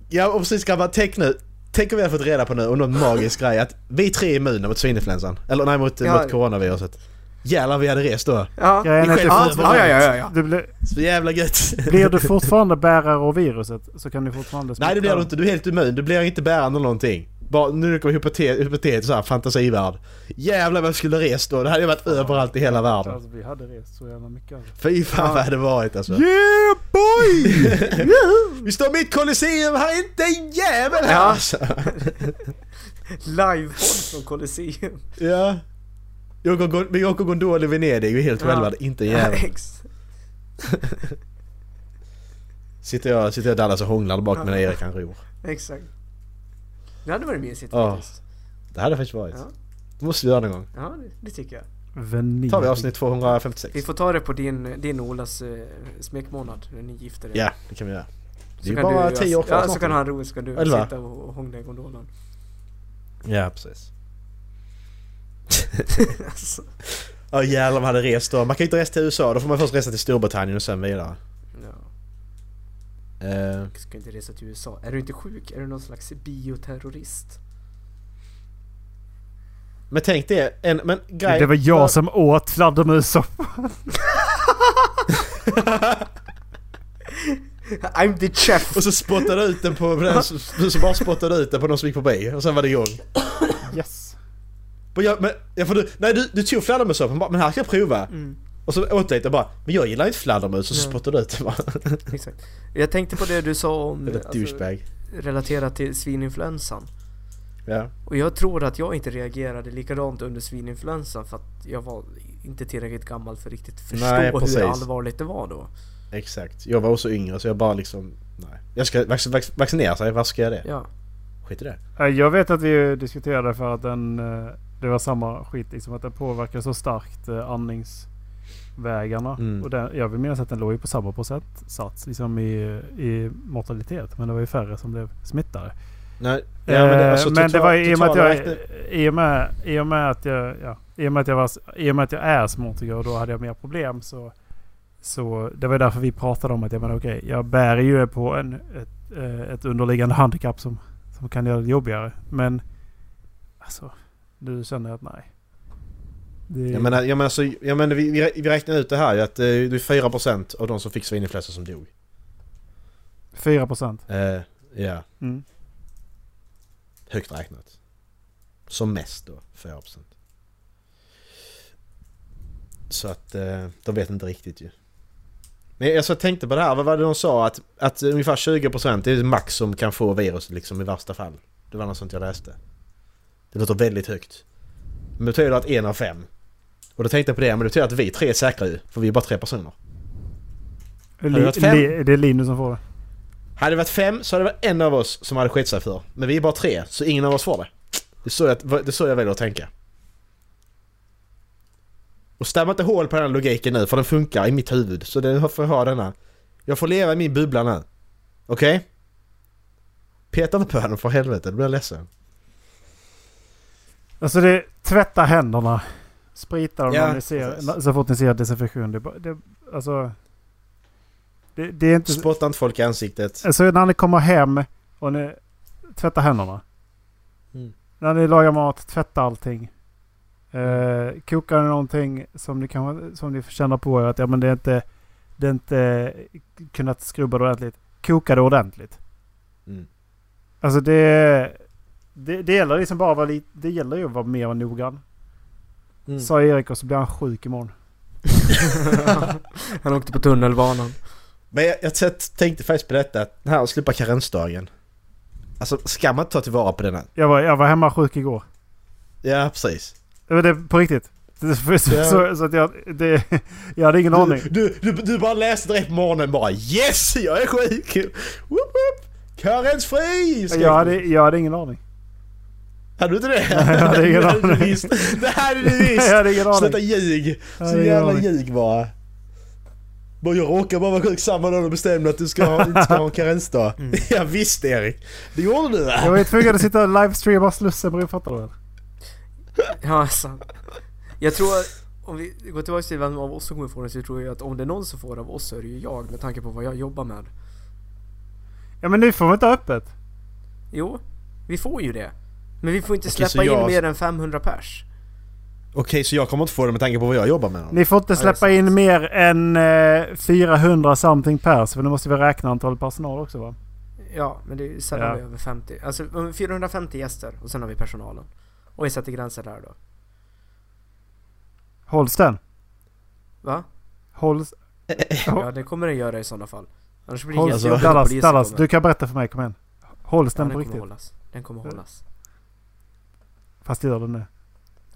Speaker 4: Ja och precis grabbar, tänk nu. Tänk om vi hade fått reda på nu, om någon magisk grej, att vi tre är immuna mot svininfluensan. Eller nej, mot,
Speaker 3: Ja.
Speaker 4: mot coronaviruset. Jävlar vi hade rest då.
Speaker 3: Ja,
Speaker 2: Grejen är att
Speaker 4: själv-
Speaker 2: det
Speaker 3: ja,
Speaker 2: fortfarande-
Speaker 3: ja, ja, ja, ja.
Speaker 2: Du blir,
Speaker 4: Så jävla gött.
Speaker 2: blir du fortfarande bärare av viruset så kan du fortfarande smitta.
Speaker 4: Nej det blir du inte, du är helt immun. Du blir inte bärande eller någonting. Bara, nu kommer hypotet, hypotet så här fantasivärld. Jävlar vad jag skulle rest då. Det hade ju varit överallt i hela världen.
Speaker 2: Alltså, vi hade rest så jävla mycket. Alltså.
Speaker 4: Fy fan vad det hade varit alltså.
Speaker 2: Yeah boy!
Speaker 4: Vi står mitt Colosseum, här är inte en jävel här
Speaker 3: Ja.
Speaker 4: alltså.
Speaker 3: Livepodd från Colosseum.
Speaker 4: Ja. Vi åker Gon- Vi åker gondol i Venedig, vi är helt
Speaker 3: Ja.
Speaker 4: själva, inte en jävel.
Speaker 3: Ex-
Speaker 4: Sitter jag, sitter jag och Dallas och hånglar där bak medan Erik han ror.
Speaker 3: Exakt. Det hade varit mysigt
Speaker 4: Ja.
Speaker 3: faktiskt.
Speaker 4: Det hade faktiskt varit.
Speaker 3: Ja.
Speaker 4: Det måste vi göra någon gång.
Speaker 3: Ja, det, det tycker jag.
Speaker 2: Venedig.
Speaker 4: tar vi avsnitt
Speaker 3: Vi
Speaker 4: 256.
Speaker 3: får ta det på din, din Olas eh, smekmånad när ni gifter er.
Speaker 4: Ja, det kan vi göra.
Speaker 3: Så
Speaker 4: Det är ju
Speaker 3: kan
Speaker 4: bara
Speaker 3: du,
Speaker 4: 10 år kvar
Speaker 3: Ja, så
Speaker 4: snart.
Speaker 3: kan han ro, så kan du
Speaker 4: Elva.
Speaker 3: sitta och och hångla i gondolen.
Speaker 4: Ja, precis.
Speaker 3: Alltså,
Speaker 4: Ja jävlar man hade rest då. Man kan ju inte resa till USA, då får man först resa till Storbritannien och sen vidare.
Speaker 3: ja.
Speaker 4: Eh,
Speaker 3: Jag ska inte resa till USA. Är du inte sjuk? Är du någon slags bioterrorist?
Speaker 4: men tänk det, en, men grej...
Speaker 2: Det var jag som åt fladdermussoppa.
Speaker 3: I'm the chef!
Speaker 4: Och så spottade ut den på, på den, som- så bara spottade ut den på någon som gick förbi och sen var det igång.
Speaker 2: Yes.
Speaker 4: Men jag, men, jag får, du, nej du, du tog fladdermussoppan bara, men här ska jag prova.
Speaker 3: Mm,
Speaker 4: Och så åt lite och bara, men jag gillar inte fladdermus och så
Speaker 3: Nej.
Speaker 4: spottade du ut den bara.
Speaker 3: exakt. Jag tänkte på det du sa om...
Speaker 4: Jävla
Speaker 3: alltså,
Speaker 4: douchebag.
Speaker 3: relaterat till svininfluensan.
Speaker 4: Ja.
Speaker 3: Och jag tror att jag inte reagerade likadant under svininfluensan för att jag var inte tillräckligt gammal för att riktigt förstå
Speaker 4: Nej, precis.
Speaker 3: hur allvarligt det var då.
Speaker 4: Exakt. Jag var också yngre så jag bara liksom, nej. Jag ska vax, vax, vaccinera sig, varför ska jag det?
Speaker 3: Ja.
Speaker 4: Skit i det.
Speaker 2: Eh, Jag vet att vi diskuterade för att den, eh, det var samma skit liksom att den påverkar så starkt eh, andningsvägarna.
Speaker 4: Mm.
Speaker 2: Och den, jag vill minnas att den låg ju på samma procentsats liksom i, i mortalitet. Men det var ju färre som blev smittade.
Speaker 4: Nej, ja, men det,
Speaker 2: Eh,
Speaker 4: alltså,
Speaker 2: men det
Speaker 4: total-
Speaker 2: var i och med att
Speaker 4: totala
Speaker 2: jag,
Speaker 4: räkning-
Speaker 2: i och med, i och med att jag, ja, i och med att jag var, i och med att jag är astmatiker och då hade jag mer problem så, så det var därför vi pratade om att jag menar okej, jag bär ju på en, ett, eh, ett underliggande handikapp som, som kan göra det jobbigare. Men alltså, nu känner jag att nej. Det,
Speaker 4: Jag menar, jag menar, så, jag menar vi, vi vi räknar ut det här ju att eh, det är 4% av de som fick svininfluensa som dog.
Speaker 2: 4 procent.
Speaker 4: Eh, ja,
Speaker 2: Mm.
Speaker 4: högt räknat. Som mest då, 4%. Så att eh, de vet inte riktigt ju. Men jag så tänkte på det här, vad var det de sa? Att, att ungefär 20% är max som kan få virus liksom i värsta fall. Det var något sånt jag läste. Det låter väldigt högt. Men det betyder att en av fem. Och då tänkte jag på det, men det betyder att vi tre är säkra ju. För vi är bara tre personer. det
Speaker 2: Li,
Speaker 4: varit fem?
Speaker 2: li, det är Linus som får det.
Speaker 4: Hade det varit fem så hade det varit en av oss som hade skett sig för. Men vi är bara tre, så ingen av oss får det. Det är så jag, det är så jag väljer att tänka. Och stämma inte hål på den här logiken nu, för den funkar i mitt huvud. Så den får jag ha denna. Jag får leva i min bubbla nu. Okej? Peta inte på den för helvete, då blir jag ledsen.
Speaker 2: Alltså det tvätta händerna. Sprita dem
Speaker 4: Ja,
Speaker 2: när ni ser,
Speaker 4: precis.
Speaker 2: na- så fort ni ser desinfektion. Det, är bara- det, alltså, det, det är inte...
Speaker 4: Spotta inte folk i ansiktet.
Speaker 2: Alltså när ni kommer hem och ni tvättar händerna.
Speaker 4: Mm.
Speaker 2: När ni lagar mat, tvätta allting. Eh, kokar ni någonting som ni, kan, som ni känner på er att ja, men det är inte, det är inte kunnat skrubba det ordentligt. Koka det ordentligt.
Speaker 4: Mm.
Speaker 2: Alltså det, det, det gäller liksom bara att vara lite, det gäller ju att vara mer noggrann.
Speaker 4: Mm.
Speaker 2: Sa Erik och så blir han sjuk imorgon.
Speaker 3: Han åkte på tunnelbanan.
Speaker 4: Men jag, jag t- tänkte faktiskt på detta, att den här att slippa karensdagen. Alltså, ska man inte ta tillvara på denna?
Speaker 2: Jag var, jag var hemma sjuk igår.
Speaker 4: Ja, precis.
Speaker 2: Det var det på riktigt. Det- Så,
Speaker 4: Ja.
Speaker 2: så, så, att jag, det, jag hade ingen aning.
Speaker 4: Du, du, du, du bara läste direkt på morgonen bara Yes! Jag är sjuk! Woop, woop. Karensfri! skrek
Speaker 2: Jag
Speaker 4: du.
Speaker 2: hade, jag hade ingen aning.
Speaker 4: Hade du inte det?
Speaker 2: jag hade ingen
Speaker 4: det hade du
Speaker 2: aning.
Speaker 4: visst! Det hade du
Speaker 2: Jag
Speaker 4: visst!
Speaker 2: hade ingen aning.
Speaker 4: Sluta ljug!
Speaker 2: Jag
Speaker 4: Så
Speaker 2: hade ingen
Speaker 4: jävla
Speaker 2: aning.
Speaker 4: ljug bara. Bara jag råkar bara vara sjuk samma dag du bestämde att du ska ha, inte ska ha en karensdag.
Speaker 2: Mm.
Speaker 4: Ja, visst Erik! Det gjorde du
Speaker 2: Jag
Speaker 4: va?
Speaker 2: var ju tvungen att sitta och livestreama Slussenbro, fattar du väl?
Speaker 3: Ja, sant. Jag tror, att om vi går tillbaka till vem av oss som kommer få den så tror jag att om det är någon som får det av oss så är det ju jag med tanke på vad jag jobbar med.
Speaker 2: Ja men nu får vi inte ha öppet.
Speaker 3: Jo, vi får ju det. Men vi får inte
Speaker 4: Okej,
Speaker 3: släppa
Speaker 4: så jag-
Speaker 3: in mer än 500 pers.
Speaker 4: Okej, så jag kommer inte få det med tanke på vad jag jobbar med.
Speaker 2: Ni får inte
Speaker 3: Ja, det är
Speaker 2: släppa in mer än eh, 400 something pers. För nu måste vi räkna antalet personal också va?
Speaker 3: Ja, men det är ju sällan
Speaker 2: Ja.
Speaker 3: vi är över 50. Alltså om 450 gäster och sen har vi personalen. Och vi sätter gränser där då.
Speaker 2: Hålls den?
Speaker 3: Va?
Speaker 2: Hålls...
Speaker 3: Ja, det kommer den göra i sådana fall. Annars blir det
Speaker 2: Hålls...
Speaker 4: Alltså,
Speaker 3: jättejobbigt
Speaker 2: Dallas,
Speaker 3: polisen
Speaker 2: Dallas,
Speaker 3: kommer.
Speaker 2: du kan berätta för mig. Kom igen. Hålls
Speaker 3: ja,
Speaker 2: den
Speaker 3: den
Speaker 2: på
Speaker 3: kommer
Speaker 2: riktigt?
Speaker 3: hållas. Den kommer hållas.
Speaker 2: Fast det gör den nu.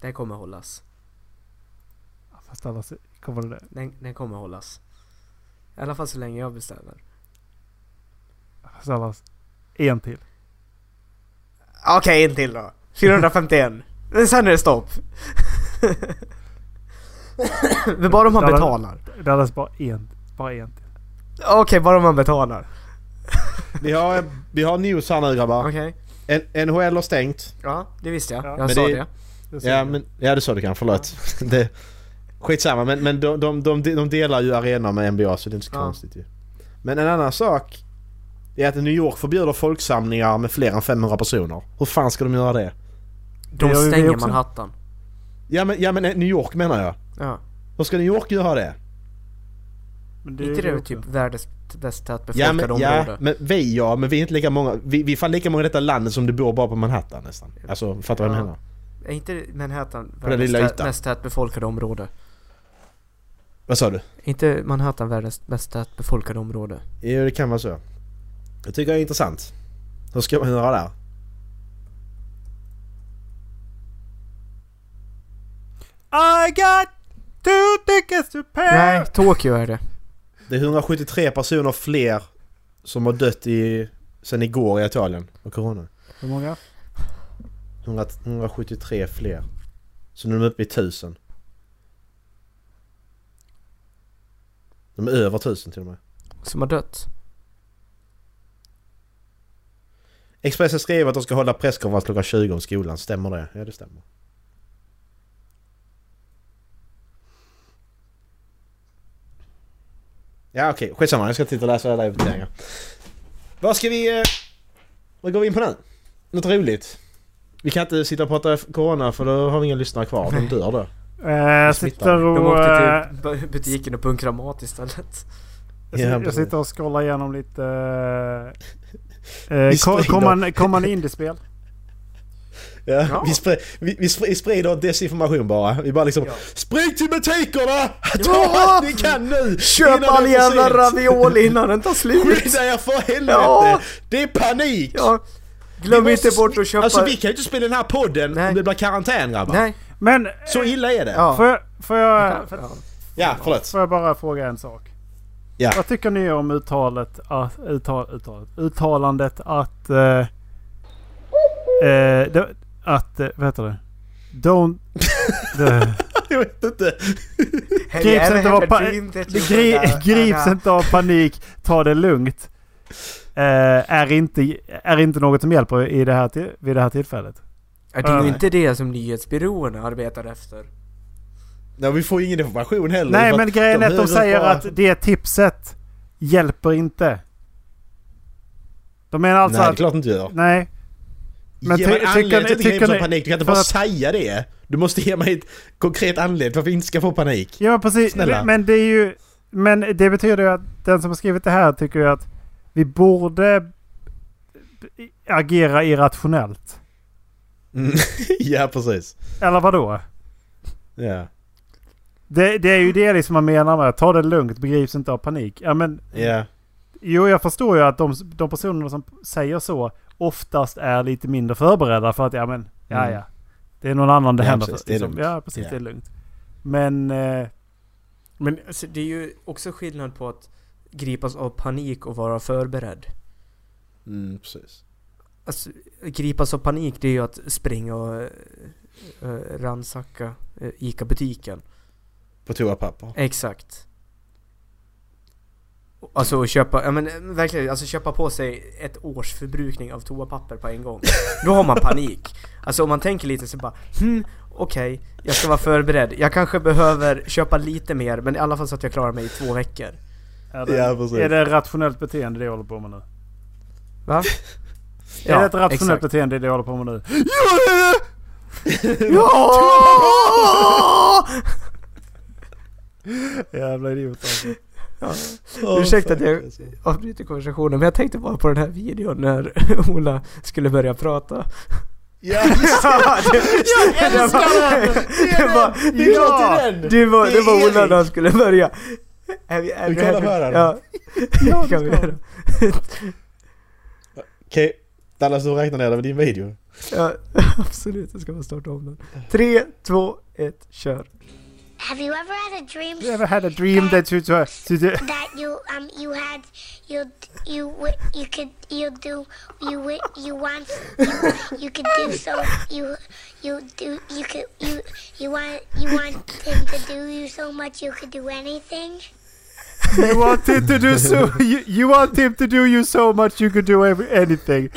Speaker 3: Den kommer hållas.
Speaker 2: Fast Dallas, kommer det där?
Speaker 3: Den, den kommer hållas. I alla fall så länge jag bestämmer.
Speaker 2: Fast Dallas, en till.
Speaker 3: Okej, en till då. 451. Men sen är det stopp. Men bara om man
Speaker 2: Dallas-
Speaker 3: betalar.
Speaker 2: Dallas, bara en. Bara en till.
Speaker 3: Okej, bara om man betalar.
Speaker 4: Vi har, vi har news här nu grabbar.
Speaker 3: Okej.
Speaker 4: N- NHL har stängt.
Speaker 3: Ja, det visste jag.
Speaker 2: Ja.
Speaker 3: Jag
Speaker 2: Men
Speaker 3: sa
Speaker 4: det-
Speaker 3: det.
Speaker 2: Det ser
Speaker 4: Ja,
Speaker 2: jag.
Speaker 4: men, ja det sa du kanske, förlåt. Det, skitsamma, men, men de, de, de, de delar ju arenor med NBA så det är inte så
Speaker 3: Ja.
Speaker 4: konstigt ju. Men en annan sak är att New York förbjuder folksamlingar med fler än 500 personer. Hur fan ska de göra det?
Speaker 3: De
Speaker 2: Det gör ju vi
Speaker 3: stänger
Speaker 2: också.
Speaker 3: Manhattan.
Speaker 4: Ja men, ja, men eh, New York menar jag.
Speaker 3: Ja.
Speaker 4: Hur ska New York göra det?
Speaker 2: Men det är
Speaker 3: Inte
Speaker 2: ju
Speaker 3: det
Speaker 2: också.
Speaker 3: typ världens bäst tätbefolkade
Speaker 4: Ja men, ja,
Speaker 3: område?
Speaker 4: men vi ja, men vi är inte lika många. Vi, vi är fan lika många i detta landet som det bor bara på Manhattan nästan. Alltså, fattar du vad
Speaker 3: Ja.
Speaker 4: jag menar?
Speaker 3: Är inte Manhattan
Speaker 4: den lilla
Speaker 3: världens tä-
Speaker 4: ytan.
Speaker 3: mest tätbefolkade område?
Speaker 4: Vad sa du?
Speaker 3: Är inte Manhattan världens mest tätbefolkade område?
Speaker 4: Jo, det kan vara så. Jag tycker det är intressant. Hur ska man göra där?
Speaker 2: I got two tickets to pay!
Speaker 3: Nej, Tokyo är det.
Speaker 4: Det är 173 personer fler som har dött i, sen igår i Italien av corona.
Speaker 2: Hur många?
Speaker 4: 100, 173 fler. Så nu är de uppe i 1000. De är över 1000 till och med.
Speaker 3: Som har dött.
Speaker 4: Expressen skriver att de ska hålla presskonferens klockan 20 om skolan. Stämmer det? Ja, det stämmer. Ja, okej. Skitsamma. Jag ska titta och läsa alla uppdateringar. Vad ska vi... eh, Vad går vi in på nu? Något roligt? Vi kan inte sitta och prata f- corona för då har vi inga lyssnare kvar. De dör då.
Speaker 2: Eh,
Speaker 4: smittar.
Speaker 2: sitter och...
Speaker 3: De åkte
Speaker 2: eh,
Speaker 3: till bu- butiken och bunkrar mat istället.
Speaker 2: Jag,
Speaker 4: Ja,
Speaker 2: sit- jag
Speaker 4: precis.
Speaker 2: sitter och scrollar igenom lite... eh, Eh, ko-
Speaker 4: Vi sprider.
Speaker 2: Kommer man, kom man in i spel?
Speaker 4: Ja,
Speaker 3: Ja.
Speaker 4: Vi, spr- vi, vi, spr- vi sprider desinformation bara. Vi bara liksom
Speaker 3: Ja.
Speaker 4: Spring till butikerna! Ta
Speaker 3: Ja!
Speaker 4: allt ni kan nu!
Speaker 3: Köp
Speaker 4: innan det är
Speaker 3: all
Speaker 4: för
Speaker 3: jävla
Speaker 4: sent.
Speaker 3: ravioli innan den tar slut!
Speaker 4: Skydda er för helvete!
Speaker 3: Ja.
Speaker 4: Det är panik!
Speaker 3: Ja,
Speaker 4: Vi
Speaker 3: glöm
Speaker 4: måste
Speaker 3: inte bort
Speaker 4: sp-
Speaker 3: att köpa...
Speaker 4: Alltså vi kan ju inte spela den här podden
Speaker 3: Nej.
Speaker 4: om det blir karantän grabbar.
Speaker 3: Nej,
Speaker 2: Men...
Speaker 4: Så illa är det. Ja,
Speaker 3: ja.
Speaker 2: Får jag, får, jag,
Speaker 3: ja.
Speaker 4: förlåt.
Speaker 2: får jag bara fråga en sak?
Speaker 4: Ja.
Speaker 2: Vad tycker ni om uttalet, att, uttal, uttalet, uttalandet att... eh, eh, det- att... eh, vad heter det? Don't... the,
Speaker 4: Jag vet inte.
Speaker 2: grips inte av, pa- gri, grips inte av panik, ta det lugnt. Eh, är, inte, är inte något som hjälper i det här till, vid det här tillfället.
Speaker 3: Ja, det är ju
Speaker 4: Nej.
Speaker 3: inte det som nyhetsbyråerna arbetar efter.
Speaker 4: Nej, vi får ingen information heller.
Speaker 2: Nej
Speaker 4: för
Speaker 2: men grejen är att de
Speaker 4: höjer
Speaker 2: säger
Speaker 4: bara-
Speaker 2: att det tipset hjälper inte. De menar alltså
Speaker 4: Nej, det är
Speaker 2: att...
Speaker 4: klart inte gör.
Speaker 2: Nej. Men
Speaker 4: Men
Speaker 2: ty-
Speaker 4: Ge mig
Speaker 2: tycker
Speaker 4: anledningen
Speaker 2: ni-
Speaker 4: till att jag
Speaker 2: tycker
Speaker 4: inte
Speaker 2: ni-
Speaker 4: får panik. Du kan inte
Speaker 2: för
Speaker 4: bara
Speaker 2: att-
Speaker 4: säga det. Du måste ge mig ett konkret anledning till varför jag inte ska få panik.
Speaker 2: Ja men precis.
Speaker 4: Snälla.
Speaker 2: Men det är ju... Men det betyder ju att den som har skrivit det här tycker ju att vi borde agera irrationellt.
Speaker 4: Mm. ja, precis.
Speaker 2: Eller vadå?
Speaker 4: Ja.
Speaker 2: Det, det är ju det liksom man menar med ta det lugnt, begrips inte av panik. Ja men
Speaker 4: Ja.
Speaker 2: Jo, jag förstår ju att de, de personerna som säger så oftast är lite mindre förberedda för att ja men, ja
Speaker 4: Mm.
Speaker 2: ja. Det är någon annan det
Speaker 4: Ja,
Speaker 2: händer
Speaker 4: precis,
Speaker 2: för.
Speaker 4: det är
Speaker 2: liksom.
Speaker 4: lugnt.
Speaker 2: Ja, precis.
Speaker 4: Ja.
Speaker 2: Det är lugnt. Men... Eh,
Speaker 3: Men alltså, det är ju också skillnad på att gripas av panik och vara förberedd.
Speaker 4: Mm, precis.
Speaker 3: Alltså, gripas av panik det är ju att springa och uh, ransacka eh, ICA-butiken.
Speaker 4: På toapapper.
Speaker 3: Exakt. Alltså att köpa, ja men eh, verkligen, alltså köpa på sig ett års förbrukning av toapapper på en gång. Då har man panik. Alltså om man tänker lite så bara, hmm, okej, jag ska vara förberedd. Jag kanske behöver köpa lite mer, men i alla fall så att jag klarar mig i två veckor.
Speaker 2: är, det,
Speaker 4: Ja, precis.
Speaker 2: är det rationellt beteende det jag håller på med nu?
Speaker 3: Va?
Speaker 2: är det ett rationellt
Speaker 3: exakt.
Speaker 2: beteende det jag håller på med nu?
Speaker 3: Ja!
Speaker 2: Jävla idiot alltså.
Speaker 3: Ursäkta att jag-
Speaker 4: Alltså.
Speaker 3: Avbryter konversationen, men jag tänkte bara på den här videon när Ola skulle börja prata.
Speaker 4: Ja, just det. Jag älskar den! Det är
Speaker 3: Det var,
Speaker 4: den! Det är klart det är den!
Speaker 3: det var,
Speaker 4: Det är
Speaker 3: det var Ola
Speaker 4: Erik.
Speaker 3: när han skulle börja. Är vi, är
Speaker 4: Vi kan
Speaker 3: är
Speaker 4: höra den.
Speaker 3: Ja,
Speaker 2: Ja,
Speaker 3: det kan vi
Speaker 2: det ska
Speaker 3: göra.
Speaker 4: Okej, Dallas du räknar ner det med din video.
Speaker 3: Ja, absolut, jag ska bara starta om den. Tre, två, ett, kör.
Speaker 5: Have you ever had a dream
Speaker 2: You ever had a dream that you... you- you-
Speaker 5: that you um you had you you wi- you could you do you wi- you want you, you could do so you you do you could you you want you want him to do you so much you could do anything.
Speaker 2: You want him to do so... You, you want him to do you so much you could do every- anything.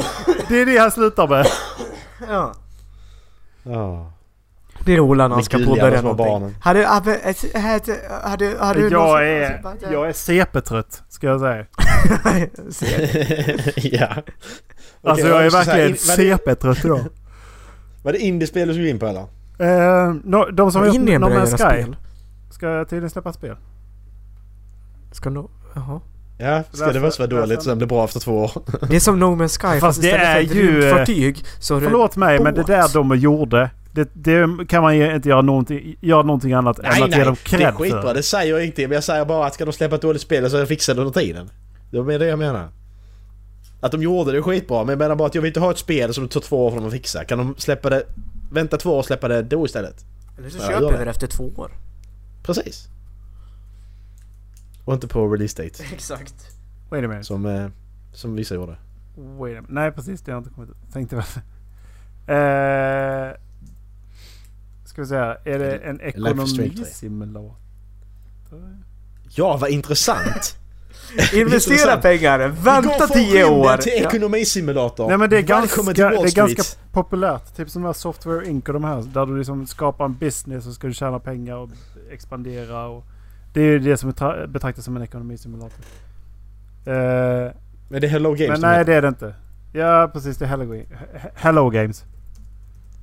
Speaker 2: Det är det han slutar med.
Speaker 3: Ja.
Speaker 4: Ja.
Speaker 3: Det är Ola när han
Speaker 4: Det
Speaker 3: ska
Speaker 4: gulliga
Speaker 3: påbörja
Speaker 4: som var
Speaker 3: någonting.
Speaker 4: barnen.
Speaker 3: Har du, har du, har du, har du
Speaker 2: Jag är, Alltså, jag är CP-trött, ska jag säga.
Speaker 3: är...
Speaker 4: ja.
Speaker 2: Alltså
Speaker 4: Okej,
Speaker 2: jag är
Speaker 4: så här,
Speaker 2: verkligen
Speaker 4: in- vad är det-
Speaker 2: CP-trött idag.
Speaker 4: Var det indiespel du skulle gå in på eller?
Speaker 2: Eh, no, de som har gjort
Speaker 3: Har Indien
Speaker 2: No
Speaker 3: börjat
Speaker 2: Man's
Speaker 3: göra
Speaker 2: Sky
Speaker 3: spel?
Speaker 2: ska tydligen släppa spel.
Speaker 3: Ska de... Jaha.
Speaker 4: Ja, ska det
Speaker 2: Läsa-
Speaker 4: först vara dåligt
Speaker 2: läsa-
Speaker 4: sen bli bra efter två år?
Speaker 3: Det är som No Man's Sky fast,
Speaker 2: det
Speaker 3: istället
Speaker 2: är
Speaker 3: för ett
Speaker 2: ju, eh,
Speaker 3: rymdfartyg så är det...
Speaker 2: Förlåt mig men det
Speaker 3: båt.
Speaker 2: där de gjorde. Det, det kan man ju inte göra någonting, göra någonting annat än att ge dem
Speaker 4: det är
Speaker 2: cred
Speaker 4: skitbra.
Speaker 2: för.
Speaker 4: Det säger jag inte. Men jag säger bara att ska de släppa ett dåligt spel så fixar det under tiden. Det är det jag menar. Att de gjorde det skitbra, men jag menar bara att jag vill inte ha ett spel som det tar två år för dem att fixa. Kan de släppa det... Vänta två år och släppa det då istället?
Speaker 3: Eller så
Speaker 4: Ja,
Speaker 3: köper
Speaker 4: gör
Speaker 3: vi
Speaker 4: det.
Speaker 3: det efter två år.
Speaker 4: Precis. Och inte på release date.
Speaker 3: Exakt.
Speaker 2: Wait a minute.
Speaker 4: Som, eh, som vissa gjorde.
Speaker 2: Wait a minute. Nej precis, det har inte kommit ut. Tänkte väl. Eh, ska vi säga, är det en
Speaker 4: Life is Strange tre.
Speaker 2: ekonomisimulator?
Speaker 4: Ja, vad intressant!
Speaker 3: Investera
Speaker 4: Intressant.
Speaker 3: pengar,
Speaker 4: Vi går
Speaker 3: vänta
Speaker 4: från
Speaker 3: tio
Speaker 4: rymden
Speaker 3: år!
Speaker 4: till ekonomisimulator!
Speaker 2: Nej men det är, ganska,
Speaker 4: Välkommen till Wall
Speaker 2: det är
Speaker 4: Street.
Speaker 2: ganska populärt. Typ som de här Software Inc och de här. Där du liksom skapar en business och ska du tjäna pengar och expandera. Och det är ju det som är tra- betraktas som en ekonomisimulator. Eh,
Speaker 4: Men det är Hello Games
Speaker 2: men
Speaker 4: som
Speaker 2: nej
Speaker 4: heter.
Speaker 2: det är det inte. Ja precis det är Hello, Ga- He- Hello Games.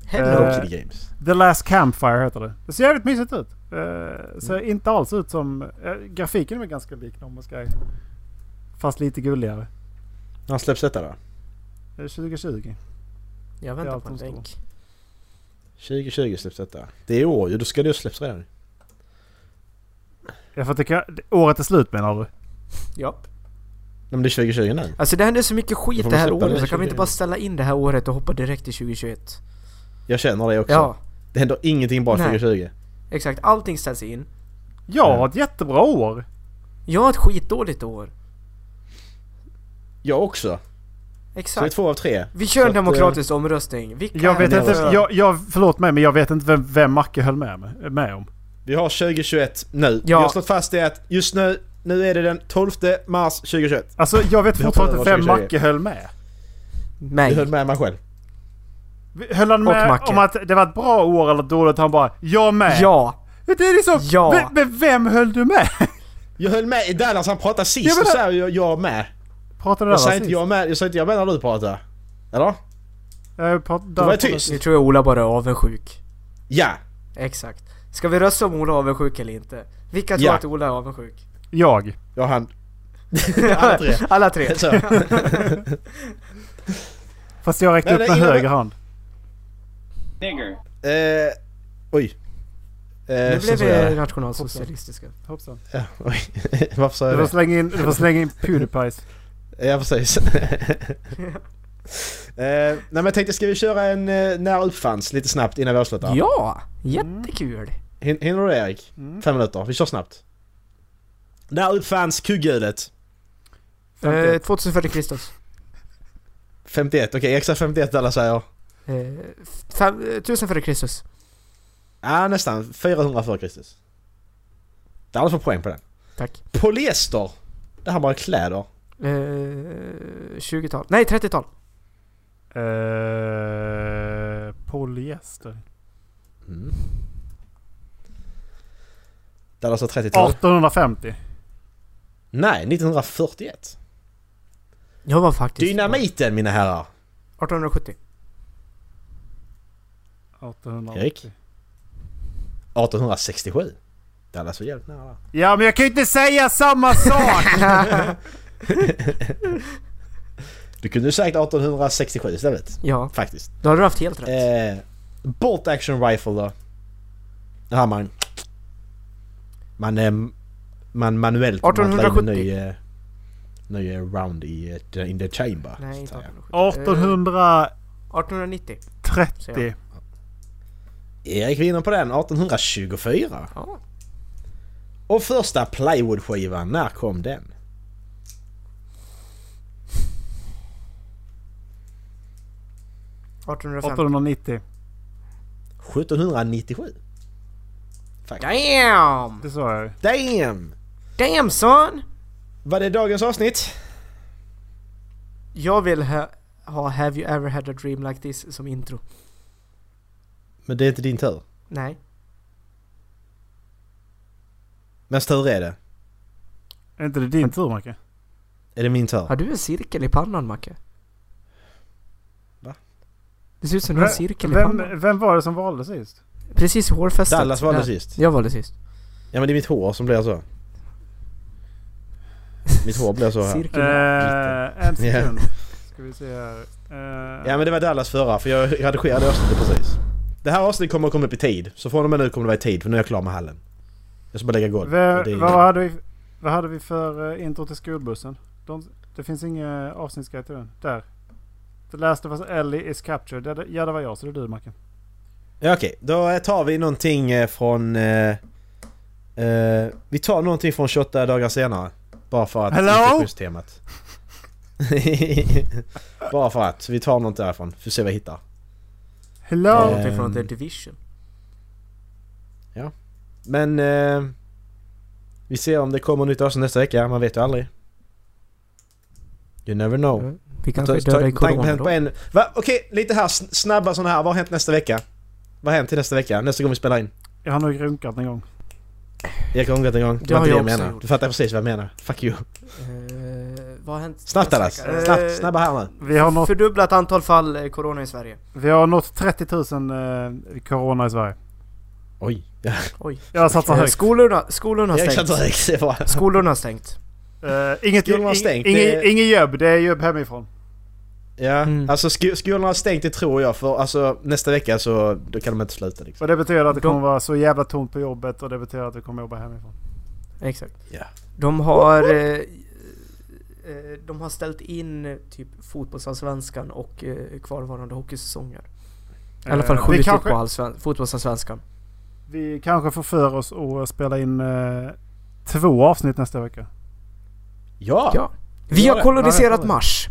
Speaker 3: Hello.
Speaker 2: Eh,
Speaker 4: Hello Kitty Games.
Speaker 2: The Last Campfire heter det. Det ser jävligt mysigt ut. Eh, ser inte alls ut som... eh, grafiken är väl ganska lik No Man's Sky. Fast lite gulligare.
Speaker 4: När släpps detta då?
Speaker 2: Eh, 2020.
Speaker 3: Jag
Speaker 2: Det är
Speaker 3: väntar
Speaker 2: allt
Speaker 3: på en
Speaker 2: som står.
Speaker 3: länk.
Speaker 4: 2020 släpps detta. Det är i år ju, då ska det ju släpps redan.
Speaker 2: Jag får tycka, året är slut menar du?
Speaker 3: Japp.
Speaker 4: Nej men det är 2020 nu.
Speaker 3: Alltså det händer så mycket
Speaker 4: Då
Speaker 3: skit
Speaker 4: får
Speaker 3: det
Speaker 4: vi
Speaker 3: här
Speaker 4: släppa
Speaker 3: året
Speaker 4: det
Speaker 3: så kan vi inte
Speaker 4: 20.
Speaker 3: bara ställa in det här året och hoppa direkt till 2021.
Speaker 4: Jag känner det också.
Speaker 3: Ja,
Speaker 4: Det händer ingenting bra
Speaker 3: Nej.
Speaker 4: 2020.
Speaker 3: exakt. Allting ställs in.
Speaker 2: Jag har
Speaker 4: Mm.
Speaker 2: ett jättebra år!
Speaker 3: Jag har ett skitdåligt år.
Speaker 4: Jag också. Så det är
Speaker 3: Exakt.
Speaker 4: två av tre.
Speaker 3: Vi kör
Speaker 4: Så
Speaker 3: en
Speaker 4: att, eh,
Speaker 3: demokratisk omröstning. Vilka
Speaker 2: Jag vet
Speaker 3: är-
Speaker 2: inte, jag, jag, förlåt mig men jag vet inte vem, vem Macke höll med, med- med om.
Speaker 4: Vi har 2021 nu. Vi
Speaker 3: Ja.
Speaker 4: har slått fast det att just nu, nu är det den 12 mars 2021.
Speaker 2: Alltså jag vet
Speaker 4: Vi hoppar
Speaker 2: fortfarande inte
Speaker 4: över
Speaker 2: vem
Speaker 4: 2020.
Speaker 2: Macke höll med.
Speaker 4: Du höll
Speaker 3: Nej.
Speaker 4: med mig själv.
Speaker 2: Höll han
Speaker 3: Och
Speaker 2: med
Speaker 3: Macke.
Speaker 2: om att det var ett bra år eller ett dåligt? Han bara jag med!
Speaker 3: Ja.
Speaker 2: Det är liksom,
Speaker 3: Ja.
Speaker 2: ve- men vem höll du med?
Speaker 4: Jag höll med i Dallas han pratade sist,
Speaker 2: Ja, men-
Speaker 4: då säger jag, jag med.
Speaker 2: Pratade
Speaker 4: Jag
Speaker 2: du
Speaker 4: säger
Speaker 2: där
Speaker 4: inte
Speaker 2: sist?
Speaker 4: jag med, jag säger inte jag med när du pratar. Eller?
Speaker 2: Jag pratade,
Speaker 4: Då var jag tyst.
Speaker 3: Nu tror jag Ola bara är avundsjuk.
Speaker 4: Ja!
Speaker 3: Exakt. Ska vi rösta om Ola är avundsjuk eller inte? Vilka tror
Speaker 4: Ja.
Speaker 3: att Ola är avundsjuk?
Speaker 2: Jag.
Speaker 4: Jag hann. Alla tre.
Speaker 3: Alla tre.
Speaker 4: Så.
Speaker 2: Fast jag räckte
Speaker 4: Nej,
Speaker 2: upp
Speaker 4: nej,
Speaker 2: med
Speaker 4: innan-
Speaker 2: höger hand.
Speaker 6: Nigger.
Speaker 4: Eh, oj. Eh,
Speaker 3: Nu
Speaker 4: så
Speaker 3: blev
Speaker 4: sa jag-
Speaker 3: vi nationalsocialistiska.
Speaker 2: Hoppsan.
Speaker 4: Ja, oj. Varför sa
Speaker 2: Du
Speaker 4: jag
Speaker 2: får
Speaker 4: det?
Speaker 2: slänga in, du får slänga in Pewdiepies.
Speaker 4: Ja precis. eh, nej men jag tänkte ska vi köra en eh, när uppfanns lite snabbt innan vi avslutar?
Speaker 3: Ja! Jättekul!
Speaker 4: Hin- Hinner du det, Erik?
Speaker 2: Mm.
Speaker 4: Fem minuter, vi kör snabbt. När uppfanns kugghjulet?
Speaker 3: Eh,
Speaker 2: 51.
Speaker 3: 2000 före Kristus.
Speaker 4: 51, okej jag exakt 51 alla säger.
Speaker 3: Eh, fem- eh, 1000 före Kristus.
Speaker 4: Ja nästan, 400 före Kristus. Alla får poäng på den.
Speaker 3: Tack.
Speaker 4: Polyester! Det här bara kläder.
Speaker 3: Eh, 20-tal. Eh, Nej, 30-tal.
Speaker 2: Eh, polyester.
Speaker 4: Mm. Det är alltså 30-tal?
Speaker 2: 1850.
Speaker 4: Nej, 1941.
Speaker 3: Jag var faktiskt...
Speaker 4: Dynamiten mina herrar!
Speaker 3: 1870.
Speaker 2: 1880.
Speaker 4: Erik? 1867. Dallas var jävligt nära.
Speaker 2: Ja men jag kan ju inte säga samma sak!
Speaker 4: Du kunde ju sagt 1867 istället.
Speaker 3: Ja,
Speaker 4: Faktiskt.
Speaker 3: då hade du haft helt rätt.
Speaker 4: Eh, bolt action rifle då. Det här man... Man, eh, man manuellt
Speaker 3: 1870.
Speaker 4: mantlar in en ny, eh, ny eh, round i eh, the- in the chamber.
Speaker 3: Nej, inte
Speaker 4: så att säga.
Speaker 3: 1870. Eh,
Speaker 2: 1830.
Speaker 3: 1890. Ja.
Speaker 4: Erik vinner på den 1824.
Speaker 3: Ja.
Speaker 4: Och första plywoodskivan, när kom den?
Speaker 3: femton.
Speaker 2: 1890.
Speaker 4: 1797. Faktiskt.
Speaker 3: Damn!
Speaker 2: Det sa jag ju.
Speaker 4: Damn!
Speaker 3: Damn son!
Speaker 4: Var det dagens avsnitt?
Speaker 3: Jag vill ha, ha Have you ever had a dream like this som intro.
Speaker 4: Men det är inte din tur.
Speaker 3: Nej.
Speaker 4: Vems tur är det?
Speaker 2: Är inte det din tur Macke?
Speaker 4: Är det min tur?
Speaker 3: Har du en cirkel i pannan Macke?
Speaker 4: Va?
Speaker 3: Det ser ut som du har en cirkel i pannan.
Speaker 2: vem, vem var det som valde sist?
Speaker 3: Precis i hårfästet.
Speaker 4: Dallas valde
Speaker 3: Där.
Speaker 4: sist.
Speaker 3: Jag valde sist.
Speaker 4: Ja men det är mitt hår som blir så. Mitt hår blir så här.
Speaker 3: Cirkel.
Speaker 2: Eh, en
Speaker 4: Ja.
Speaker 2: sekund. Ska vi se här. Eh,
Speaker 4: Ja men det var Dallas förra för jag redigerade avsnittet precis. Det här avsnittet kommer att komma upp i tid. Så från och med nu kommer det vara i tid för nu är jag klar med hallen. Jag ska bara lägga golv.
Speaker 2: Ve-
Speaker 4: Och det är-
Speaker 2: vad, hade vi, vad hade vi för eh, intro till skolbussen? De, det finns ingen avsnittsguide till den. Där. The last of us Ellie is captured. Ja, det, ja, det var jag så det är du Macke.
Speaker 4: Ja, okej, då tar vi någonting eh, från... Eh, eh, vi tar någonting från 28 dagar senare. Bara för att...
Speaker 2: Hello?
Speaker 4: inte just temat. bara för att. Så vi tar något därifrån. Får se vad jag hittar.
Speaker 3: Ja.
Speaker 2: Hello!
Speaker 4: Eh.
Speaker 3: Någonting från The Division.
Speaker 4: Men... Eh, vi ser om det kommer nytt avsnitt nästa vecka. Man vet ju aldrig. You never know.
Speaker 3: Vi kanske
Speaker 4: Ta-
Speaker 3: är
Speaker 4: ta-
Speaker 3: döda i
Speaker 4: tanken på
Speaker 3: corona
Speaker 4: hänt på
Speaker 3: då.
Speaker 4: en- Va? Okej, lite här sn- snabba sådana här. Vad har hänt nästa vecka? Vad har hänt till nästa vecka? Nästa gång vi spelar in.
Speaker 2: Jag har nog runkat en gång.
Speaker 4: Jag har ångrat en gång.
Speaker 3: Det
Speaker 4: Det var
Speaker 3: har
Speaker 4: inte
Speaker 3: jag
Speaker 4: det jag
Speaker 3: också
Speaker 4: menar.
Speaker 3: gjort.
Speaker 4: Du fattar precis vad jag menar. Fuck you.
Speaker 3: Eh, vad har hänt?
Speaker 4: Snabbt Dallas!
Speaker 3: nästa vecka?
Speaker 4: Snabbt,
Speaker 3: Eh,
Speaker 4: snabba här nu!
Speaker 2: Vi har nått,
Speaker 3: Fördubblat antal fall eh, corona i Sverige.
Speaker 2: vi har nått 30 000 eh, corona i Sverige.
Speaker 4: Oj! Ja,
Speaker 3: Oj.
Speaker 2: Jag satsar
Speaker 3: Eh,
Speaker 2: högt.
Speaker 3: Skolorna, skolorna har
Speaker 4: jag kan
Speaker 3: stängt.
Speaker 4: inte direkt se vad...
Speaker 3: Skolorna har stängt.
Speaker 2: Eh, inget
Speaker 4: Skolan har
Speaker 2: ing-
Speaker 4: stängt.
Speaker 2: ing-
Speaker 4: Det-
Speaker 2: ingen jobb, det är jobb hemifrån.
Speaker 4: Ja,
Speaker 3: Mm.
Speaker 4: alltså sk- skolorna har stängt det tror jag för alltså nästa vecka så då kan de inte sluta liksom.
Speaker 2: Och det betyder att det
Speaker 3: De-
Speaker 2: kommer vara så jävla tomt på jobbet och det betyder att vi kommer jobba hemifrån.
Speaker 3: Exakt.
Speaker 4: Ja.
Speaker 3: De har... Eh, eh, de har ställt in eh, typ fotbollsallsvenskan och eh, kvarvarande hockeysäsonger. I alla fall
Speaker 2: Eh, vi
Speaker 3: skjutit
Speaker 2: kanske-
Speaker 3: på allsven- fotbollsallsvenskan.
Speaker 2: Vi kanske får för oss att spela in eh, två avsnitt nästa vecka.
Speaker 4: Ja!
Speaker 3: Ja. Vi
Speaker 4: Ja,
Speaker 3: har
Speaker 4: ja,
Speaker 3: koloniserat
Speaker 2: ja.
Speaker 3: Mars.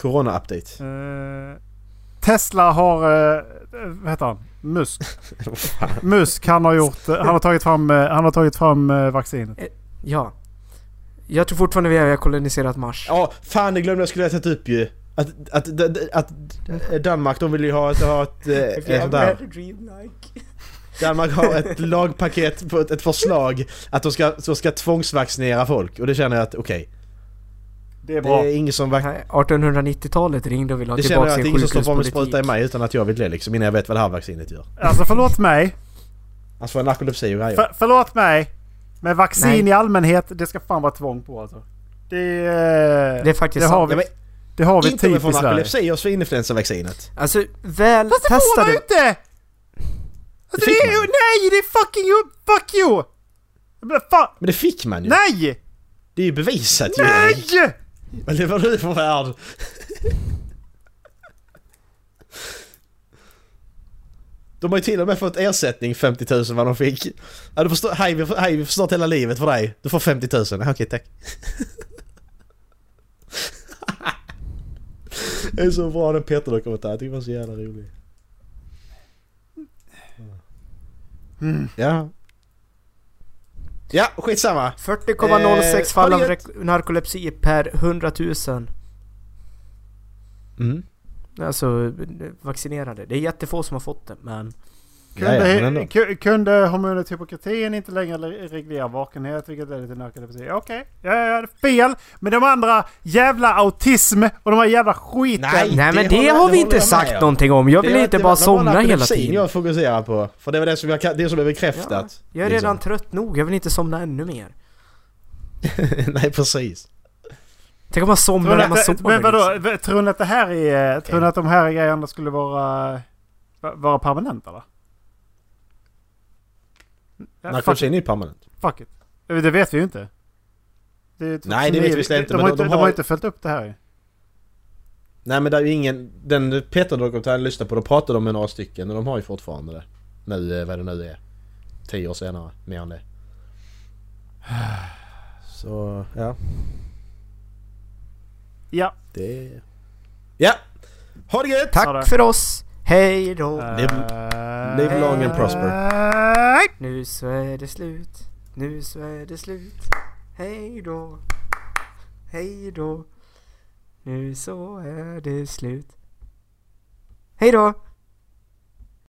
Speaker 4: Corona-update.
Speaker 2: Eh, Tesla har... eh, vad heter han? Musk.
Speaker 4: Vad fan.
Speaker 2: Musk han har gjort... eh, han har tagit fram, eh, han har tagit fram eh, vaccinet.
Speaker 3: Ja. Jag tror fortfarande vi har koloniserat Mars.
Speaker 4: Ja, fan det glömde jag skulle ha tagit upp ju. Att, att, att, att Danmark de vill ju ha ett, ha ett, eh, ett sånt där. Danmark har ett lagpaket, på ett, ett förslag att de ska, så ska tvångsvaccinera folk och det känner jag att okej,
Speaker 2: Det är
Speaker 4: det är ingen som vac-
Speaker 3: Nej, 1890-talet ringde och ville ha
Speaker 4: det känner
Speaker 3: tillbaka
Speaker 4: jag att det är
Speaker 3: sin
Speaker 4: ingen som stoppar om en spruta i
Speaker 3: sjukhuspolitik.
Speaker 4: mig utan att jag vill det liksom innan jag vet vad det här vaccinet gör.
Speaker 2: Alltså förlåt mig.
Speaker 4: Alltså får jag narkolepsi och grejer.
Speaker 2: För, förlåt mig. Men vaccin
Speaker 3: Nej.
Speaker 2: i allmänhet, det ska fan vara tvång på alltså. Det, eh,
Speaker 3: Det är faktiskt
Speaker 2: det har
Speaker 3: sant.
Speaker 2: vi,
Speaker 4: Ja, men
Speaker 2: det har vi
Speaker 4: inte om
Speaker 2: typ
Speaker 4: jag får
Speaker 2: i Sverige. Fast
Speaker 4: narkolepsi och svininfluensavaccinet.
Speaker 3: Alltså, väl
Speaker 2: det får man ju
Speaker 3: testade...
Speaker 2: inte! Alltså, det
Speaker 4: fick
Speaker 2: är ju,
Speaker 4: man.
Speaker 2: nej, det är fucking you! Fuck you! Men Fan,
Speaker 4: Men det fick man ju!
Speaker 2: nej!
Speaker 4: Det är ju bevisat ju!
Speaker 2: Nej!
Speaker 4: Vad lever du för värld? De har ju till och med fått ersättning 50 000 vad de fick. Ja, du förstår, hej, vi får, hej, vi får snart hela livet för dig. Du får 50 000. Ja, Okej, tack. Det är så bra den Peter-dokumentären. Jag tycker det var så jävla rolig. Ja. Ja, skitsamma.
Speaker 3: 40,06
Speaker 4: Eh,
Speaker 3: fall
Speaker 4: har
Speaker 3: av
Speaker 4: du
Speaker 3: re- narkolepsi per 100 000.
Speaker 4: Mm.
Speaker 3: Alltså vaccinerade. Det är jättefå som har fått det men...
Speaker 4: Ja, ja, men
Speaker 2: Kunde,
Speaker 4: ändå.
Speaker 2: ku- kunde hormonet hypokritin inte längre le- reglera vakenhet, vilket ledde till narkolepsi? Okej, ja, ja, ja, det är fel! Men de andra jävla autism och de här jävla skiten!
Speaker 4: Nej.
Speaker 3: Nej men
Speaker 4: det
Speaker 3: det,
Speaker 4: håller-
Speaker 3: har
Speaker 4: det
Speaker 3: vi inte
Speaker 4: håller jag
Speaker 3: sagt
Speaker 4: med om.
Speaker 3: någonting om. Jag vill
Speaker 4: Det var-
Speaker 3: inte
Speaker 4: det
Speaker 3: bara
Speaker 4: var- det var
Speaker 3: somna hela
Speaker 4: narkolepsin
Speaker 3: tiden.
Speaker 4: jag fokuserar på. För det var det som, jag, kan- det som blev
Speaker 3: Ja,
Speaker 4: bekräftat.
Speaker 3: jag är redan trött nog. Jag vill inte somna ännu mer.
Speaker 4: liksom. Nej precis.
Speaker 3: Tänk om man somnar
Speaker 2: Tror ni
Speaker 3: när
Speaker 2: att,
Speaker 3: man
Speaker 2: det-
Speaker 3: sover.
Speaker 2: men vadå,
Speaker 3: liksom.
Speaker 2: tror ni att det här är... Tror ni att de här grejerna skulle vara, vara permanenta va? Ja, fuck,
Speaker 4: Narkolepsin är ju permanent.
Speaker 2: fuck it. Det vet vi ju inte. Det är
Speaker 4: Nej, det vet vi visst inte,
Speaker 2: De,
Speaker 4: men
Speaker 2: har
Speaker 4: de-
Speaker 2: inte,
Speaker 4: de
Speaker 2: de har
Speaker 4: har-
Speaker 2: inte följt upp det här ju.
Speaker 4: Nej men det är ju ingen... Den Peter-dokumentären jag lyssnade på, då pratade de med några stycken och de har ju fortfarande det. Nu, eh, vad det nu är. Tio år senare, mer än det. Så, ja.
Speaker 2: Ja.
Speaker 4: Det är... Ja! Ha det gött!
Speaker 2: Sa det.
Speaker 3: Tack liksom. för oss. Hej då.
Speaker 4: live long and prosper.
Speaker 2: Eh,
Speaker 3: Nu så är det slut. Nu så är det slut. Hej då. Hej då. Nu så är det slut. Hej då.